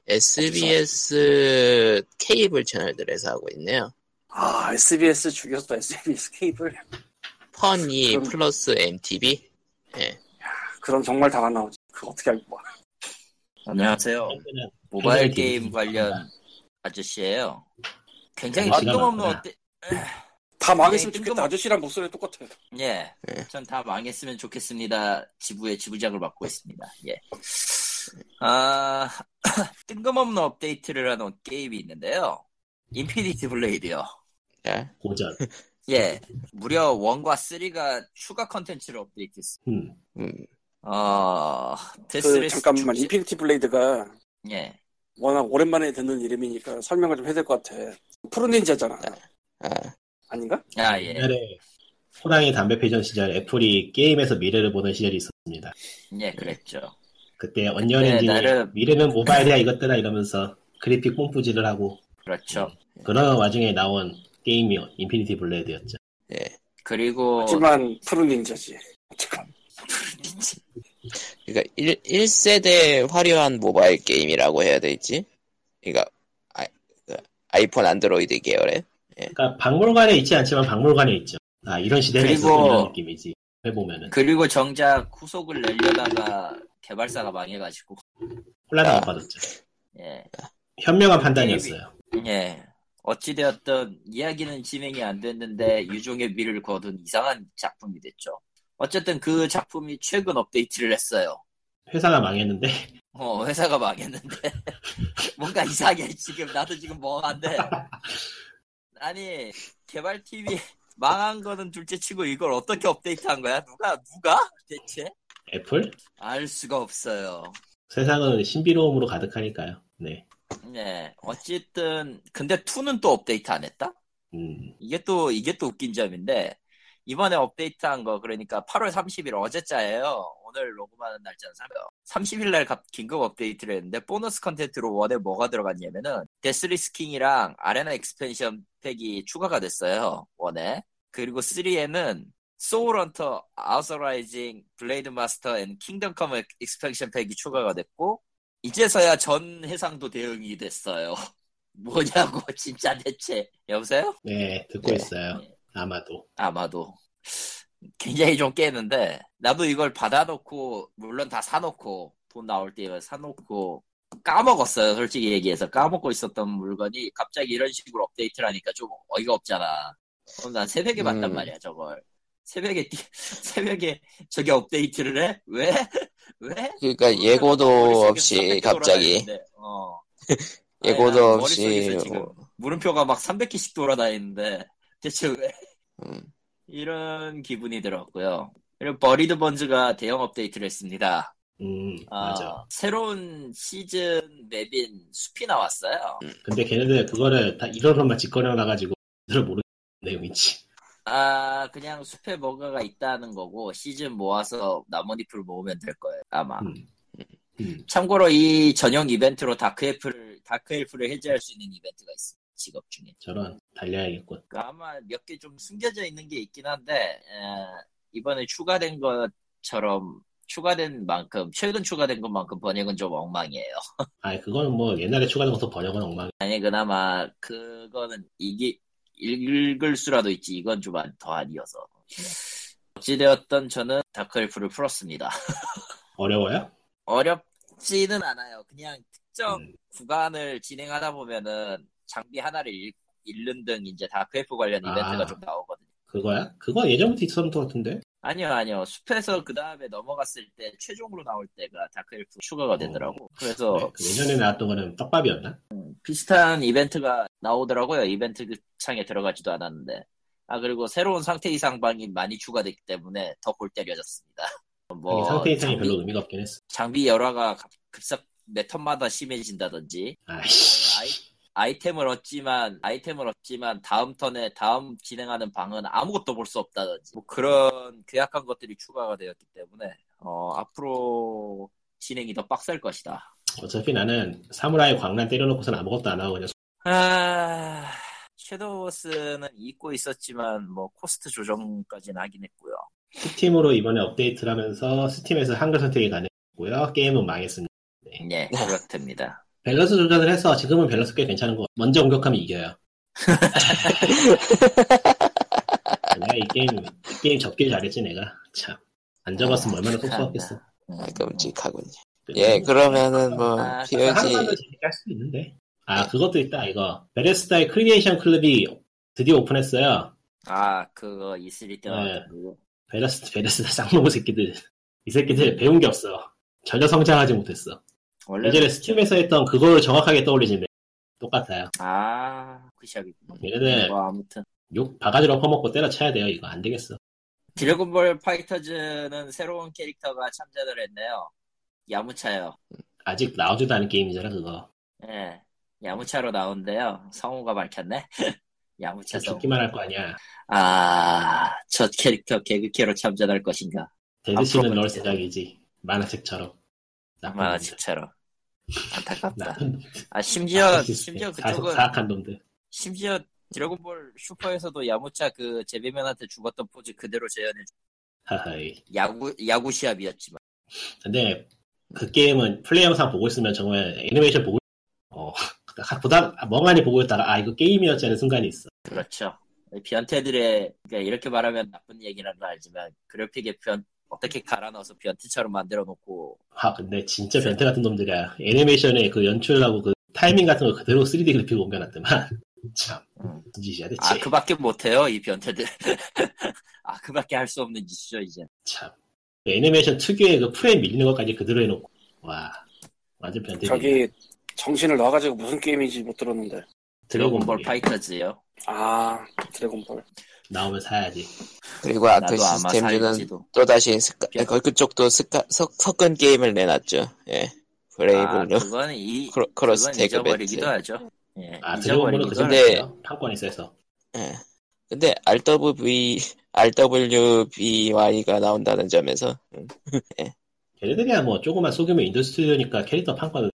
S1: SBS 케이블 채널들에서 하고 있네요.
S5: 아 SBS 죽였어 SBS 케이블
S1: 펀이 E
S5: 그럼-
S1: 플러스 MTV.
S5: 그럼 정말 다 안 나오지 그거 어떻게 알고 봐
S2: 안녕하세요.
S3: 그러면은
S2: 모바일
S3: 굉장히
S2: 게임
S3: 재밌습니다.
S2: 관련 아저씨예요.
S3: 네,
S2: 굉장히
S3: 아저씨가
S2: 뜬금없는
S3: 많구나.
S2: 어때?
S5: 다 망했으면
S2: 네,
S5: 좋겠다
S2: 뜬금-
S5: 아저씨랑 목소리 똑같아요 그
S2: 예, 전 다 망했으면 좋겠습니다. 지부의 지부장을 맡고 있습니다. 예. 아 (clears throat) 뜬금없는 업데이트를 하는 게임이 있는데요. 인피니티 블레이드요.
S1: 자,
S3: 고전.
S2: 예, 무려 1과 3가 추가 컨텐츠를 업데이트했습니다.
S3: 음.
S1: 음,
S2: 어,
S5: 그
S2: 데스레스
S5: 잠깐만
S2: 축제-
S5: 인피니티 블레이드가
S2: 예,
S5: 워낙 오랜만에 듣는 이름이니까 설명을 좀 해야 될 것 같아. 프로닌자잖아.
S1: 아,
S5: 아닌가?
S2: 아 예,
S3: 옛날에 호랑이 담배 패전 시절 애플이 게임에서 미래를 보는 시절이 있었습니다.
S2: 예, 그랬죠.
S3: 그때 언리얼
S2: 그때
S3: 엔진이
S2: 네, 나름-
S3: 미래는 모바일이야 이것들아 이러면서 그래픽 뽐뿌질을 하고
S5: 음.
S2: 그렇죠.
S3: 그런 와중에 나온 게임이 인피니티 블레이드였죠.
S1: 예.
S2: 그리고
S5: 하지만 프로닌자지. 어쨌건
S1: 그러니까 1, 일세대 화려한 모바일 게임이라고 해야 되지? 그러니까 아, 그 아이폰 안드로이드 계열의
S3: 그러니까 박물관에 있지 않지만 박물관에 있죠. 아 이런 시대가
S2: 그리고-
S3: 있었던 이런 느낌이지. 해보면은
S2: (laughs) 그리고 정작 후속을 내려다가 개발사가 망해가지고 아.
S3: 콜라당 받았죠.
S2: 예,
S3: 현명한 판단이었어요.
S2: 예. 어찌되었든 이야기는 진행이 안 됐는데 유종의 미를 거둔 이상한 작품이 됐죠. 어쨌든 그 작품이 최근 업데이트를 했어요.
S3: 회사가 망했는데 (laughs)
S2: 어, 회사가 망했는데. (laughs) 뭔가 이상해, 지금. 나도 지금 멍한데. 아니, 개발팀이 망한 거는 둘째 치고 이걸 어떻게 업데이트 한 거야? 누가, 누가? 대체?
S3: 애플
S2: 알 수가 없어요.
S3: 세상은 신비로움으로 가득하니까요. 네.
S2: 네. 어쨌든, 근데 2는 또 업데이트 안 했다?
S3: 음,
S2: 이게 또, 이게 또 웃긴 점인데, 이번에 업데이트 한 거, 그러니까 8월 30일 어제자예요. 오늘 녹음하는 날짜는 30일 날 갑- 긴급 업데이트를 했는데, 보너스 컨텐츠로 원에 뭐가 들어갔냐면은, 데스리스킹이랑 아레나 익스펜션 팩이 추가가 됐어요. 원에. 그리고 3에는, 소울헌터, 아우서라이징, 블레이드 마스터, 앤 킹덤 컴 익스펜션 팩이 추가가 됐고, 이제서야 전 해상도 대응이 됐어요. (laughs) 뭐냐고, (laughs) 진짜 대체. 여보세요?
S3: 네 듣고
S1: 네.
S3: 있어요. 아마도
S2: 아마도 굉장히 좀 깨는데 나도 이걸 받아놓고 물론 다 사놓고 돈 나올 때 이걸 사놓고 까먹었어요. 솔직히 얘기해서 까먹고 있었던 물건이 갑자기 이런 식으로 업데이트를 하니까 좀 어이가 없잖아. 그럼 난 새벽에 봤단
S1: 음.
S2: 말이야 저걸. 새벽에 띠- (laughs) 새벽에 저게 업데이트를 해? 왜? (laughs) 왜?
S1: 그러니까 예고도
S2: 머릿속에서
S1: 없이
S2: 300개
S1: 갑자기
S2: 돌아다니는데, 어. 아니,
S1: (laughs) 예고도
S2: 난
S1: 없이
S2: 머릿속에서 지금 물음표가 막 300개씩 돌아다니는데 대체 왜?
S1: 음.
S2: 이런 기분이 들었고요. 그리고 버리드 번즈가 대형 업데이트를 했습니다.
S3: 음,
S2: 아,
S3: 맞아.
S2: 새로운 시즌 맵인 숲이 나왔어요.
S3: 근데 걔네들 그거를 다 이론으로만 짓거려놔가지고 제대로 모르는 내용이지.
S2: 아, 그냥 숲에 뭔가가 있다는 거고, 시즌 모아서 나뭇잎을 모으면 될 거예요, 아마.
S3: 음. 음.
S2: 참고로 이 전용 이벤트로 다크엘프를, 다크엘프를 해제할 수 있는 이벤트가 있습니다. 직업 중에.
S3: 저런, 달려야겠군.
S2: 그 아마 몇 개 좀 숨겨져 있는 게 있긴 한데, 에, 이번에 추가된 것처럼, 추가된 만큼, 최근 추가된 것만큼 번역은 좀 엉망이에요.
S3: 아니, 그거는 뭐 옛날에 추가된 것도 번역은 엉망.
S2: 아니, 그나마, 그거는, 이게, 읽을 수라도 있지, 이건 좀 더 아니어서. 어찌되었던 저는 다크엘프를 풀었습니다.
S3: 어려워요?
S2: 어렵지는 않아요. 그냥 특정
S3: 음,
S2: 구간을 진행하다 보면은 장비 하나를 잃, 는등 이제 다크엘프 관련
S3: 아.
S2: 이벤트가 좀 나오거든요.
S3: 그거야? 그거 예전부터 있었던 것 같은데?
S2: 아니요, 아니요. 숲에서 그 다음에 넘어갔을 때 최종으로 나올 때가 다크엘프
S3: 어.
S2: 추가가 되더라고. 그래서
S3: 네, 그 예전에 나왔던 거는 떡밥이었나?
S2: 비슷한 이벤트가 나오더라고요. 이벤트 그 창에 들어가지도 않았는데. 아, 그리고 새로운 상태 이상 방이 많이 추가됐기 때문에 더 골 때려졌습니다. (laughs) 뭐,
S3: 이게 상태 이상이
S2: 장비,
S3: 별로 의미가 없긴 했어.
S2: 장비 열화가 급- 급삭 매 턴마다 심해진다든지,
S3: 아이씨.
S2: 아이, 아이템을 얻지만, 아이템을 얻지만 다음 턴에 다음 진행하는 방은 아무것도 볼 수 없다든지, 뭐 그런 괴악한 것들이 추가가 되었기 때문에, 어, 앞으로 진행이 더 빡셀 것이다.
S3: 어차피 나는 사무라이 광란 때려놓고선 아무것도 안 하고 그냥
S2: 아, 섀도우워스는 잊고 있었지만 뭐 코스트 조정까지는 하긴 했고요.
S3: 스팀으로 이번에 업데이트를 하면서 스팀에서 한글 선택이 가능했고요. 게임은 망했습니다.
S2: 예, 그렇답니다.
S3: 밸런스 조절을 해서 지금은 밸런스 꽤 괜찮은 것 같아요. 먼저 공격하면 (laughs) 이겨요. 내가 이 게임, 이 게임 접길 잘했지, 내가. 참. 안 접었으면 얼마나 섭섭했겠어.
S1: 아, 끔찍하군요. 예, 그러면은 뭐
S2: 아,
S3: 하루만 더
S1: POG
S3: 재밌게 할 수도 있는데.
S2: 네.
S3: 아, 그것도 있다, 이거. 베레스타의 크리에이션 클럽이 드디어 오픈했어요.
S2: 아, 그거 E3 때
S3: 네.
S2: 나왔던 그거.
S3: 베레스, 베레스타 쌍놈의 새끼들. 이 새끼들 배운 게 없어. 전혀 성장하지 못했어.
S2: 원래
S3: 예전에 스팀에서 했던 그걸 정확하게 떠올리지네. 똑같아요.
S2: 아, 그 시작이구나.
S3: 얘네들
S2: 뭐 아무튼
S3: 욕 바가지로 퍼먹고 때려쳐야 돼요. 이거 안 되겠어.
S2: 드래곤볼 파이터즈는 새로운 캐릭터가 참전을 했네요. 야무차요.
S3: 아직 나오지도 않은 게임이잖아 그거
S2: 예, 야무차로 나온대요. 성우가 밝혔네. (laughs) 야무차
S3: 진짜
S2: 성우.
S3: 죽기만 할 거 아니야
S2: 아, 저 캐릭터 개그캐로 참전할 것인가?
S3: 데드씨는
S2: 앞으로
S3: 널
S2: 아, 그렇게.
S3: 세작이지 만화책처럼 나쁜
S2: 아마
S3: 놈들
S2: 집처럼
S3: 음.
S2: 안타깝다.
S3: 나쁜 놈들.
S2: 아 심지어
S3: 나쁜
S2: 심지어
S3: 새끼. 사악-
S2: 그쪽은
S3: 사악한 놈들
S2: 심지어 드래곤볼 슈퍼에서도 야무차 그 제비맨한테 죽었던 포즈 그대로 재현해 주-
S3: 하하이
S2: 야구 야구 시합이었지만
S3: 근데 그 게임은 플레이 영상 보고 있으면 정말 애니메이션 보고 어 (laughs) 보다 멍하니 보고 있다가 아 이거 게임이었지 하는 순간이 있어
S2: 그렇죠. 변태들의 그러니까 이렇게 말하면 나쁜 얘기라는 걸 알지만 그래픽에 변 어떻게 갈아 넣어서 변태처럼 만들어 놓고
S3: 아 근데 진짜 변태 같은 놈들이야 애니메이션의 그 연출하고 그 타이밍 같은 거 그대로 3D 그래픽 옮겨놨더만 (laughs) 참 무슨 짓이야 대체
S2: 아 그밖에 못해요 이 변태들. (laughs) 아 그밖에 할 수 없는 짓이죠 이제.
S3: 참. 그 애니메이션 특유의 그 프레임 밀리는 것까지 그대로 해놓고. 와. 완전 변태지.
S5: 저기 정신을 놔가지고 무슨 게임인지 못 들었는데.
S1: 예.
S2: 드래곤볼 파이터즈요.
S5: 아 드래곤볼.
S3: 나오면 사야지.
S1: 그리고
S2: 나도
S1: 아크
S2: 아마
S1: 시스템즈는
S2: 살지도.
S1: 또다시 스카, 그- 그쪽도 스카, 석, 섞은 게임을 내놨죠. 예.
S2: 아
S1: 브레이브로
S2: 그거는 이
S1: (laughs) 크로, 크로스
S2: 그건
S1: 태그 배트.
S2: 잊어버리기도 하죠. 예,
S3: 아, 드래곤볼은
S2: 잊어버리기도
S3: 그
S1: 근데-
S3: 정도예요. 판권이 세서.
S1: 예. 근데 RWV, RWBY가 나온다는 점에서 음,
S3: 걔네들이야 뭐 조그만 소규모 인더스트리오니까 캐릭터 판권을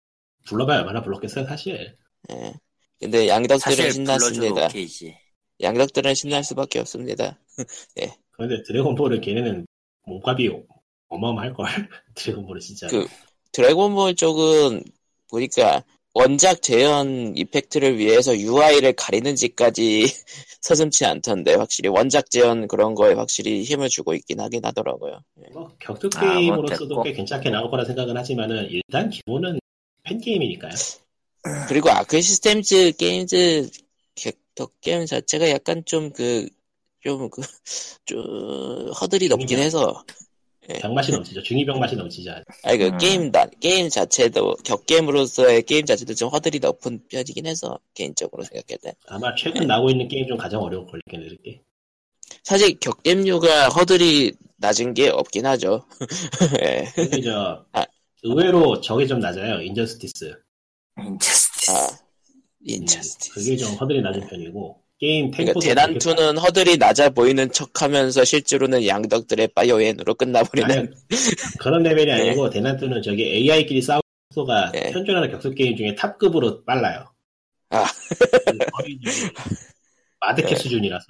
S3: 불러봐야 얼마나 불렀겠어요, 사실.
S1: 예. 근데 양덕들은
S2: 사실 불러줘도
S1: 신났습니다.
S2: 오케이지.
S1: 양덕들은 신날 수밖에 없습니다.
S3: 그런데 드래곤볼은 걔네는 몸값이 어마어마할걸. (laughs) 드래곤볼은 진짜.
S1: 그- 드래곤볼 쪽은 보니까 원작 재현 이펙트를 위해서 UI를 가리는지까지 (laughs) 서슴치 않던데 확실히 원작 재현 그런 거에 확실히 힘을 주고 있긴 하긴 하더라고요. 예.
S3: 뭐 격투
S2: 아, 뭐
S3: 게임으로서도
S2: 됐고.
S3: 꽤 괜찮게 나올 거라 생각은 하지만은 일단 기본은 팬게임이니까요.
S1: 그리고 아크 시스템즈 게임즈 더 게임 자체가 약간 좀 그 좀그좀 (laughs) 허들이 높긴 해서
S3: 병맛이
S1: 네.
S3: 넘치죠. 중이병 맛이 넘치죠.
S1: 아니 그
S2: 음.
S1: 게임 나, 게임 자체도 격게임으로서의 게임 자체도 좀 허들이 높은 편이긴 해서 개인적으로 생각할 때
S3: 아마 최근 나오고 있는 게임 중 가장 어려운 걸리긴 이렇게.
S1: 사실 격겜류가 허들이 낮은 게 없긴 하죠. (laughs) 예.
S3: 근데 저
S1: 아.
S3: 의외로 저게 좀 낮아요. 인저스티스.
S2: 인체스티스.
S1: 아,
S3: 음,
S1: 인차스티스.
S3: 그게 좀 허들이 낮은 편이고 게임
S1: 그러니까
S3: 템포도 그렇게
S1: 대난투는 허들이 낮아 보이는 척하면서 실제로는 양덕들의 바이오엔으로 끝나버리는.
S3: 아니, 그런 레벨이
S1: 네.
S3: 아니고 대난투는 저기 AI끼리 싸우는 속도가
S1: 네.
S3: 현존하는 격투 게임 중에 탑급으로 빨라요.
S1: 아.
S3: 거의
S1: (laughs)
S3: 저기 마드캡
S1: 네.
S3: 수준이라서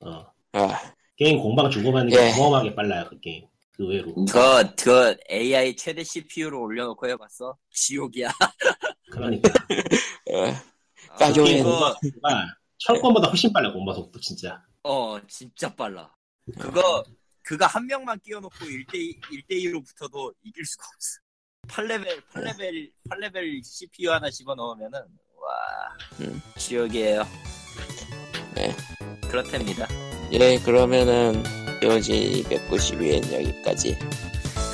S3: 어.
S1: 아,
S3: 게임 공방 주고받는 게
S1: 예.
S3: 어마어마하게 빨라요 그 게임. 의외로
S1: 음.
S2: 이거 그 AI 최대 CPU로 올려놓고 해봤어? 지옥이야.
S3: 그러니까
S1: 어,
S2: 아,
S1: 빠져요.
S2: 이거
S3: 아, 철권보다 훨씬 빨라 공방 속도 진짜.
S2: 어 진짜 빨라. 그거 그거 한 명만 끼워놓고 1대 1대2로 붙어도 이길 수가 없어. 8레벨 8레벨 8레벨 CPU 하나 집어넣으면은 와
S1: 음.
S2: 지옥이에요.
S1: 네.
S2: 그렇답니다. 요
S1: 예 그러면은 요지 192엔 여기까지
S2: 지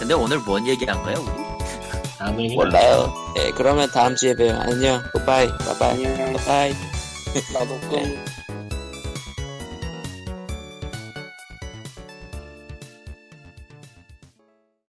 S2: 근데 오늘 뭔 얘기한 거야 우리?
S3: 다음 얘기는
S1: 몰라요. 예 그러면 다음 주에 봬요. 안녕. 굿바이. 바이바이.
S5: 안녕.
S1: 바이바이.
S5: 나도 끔.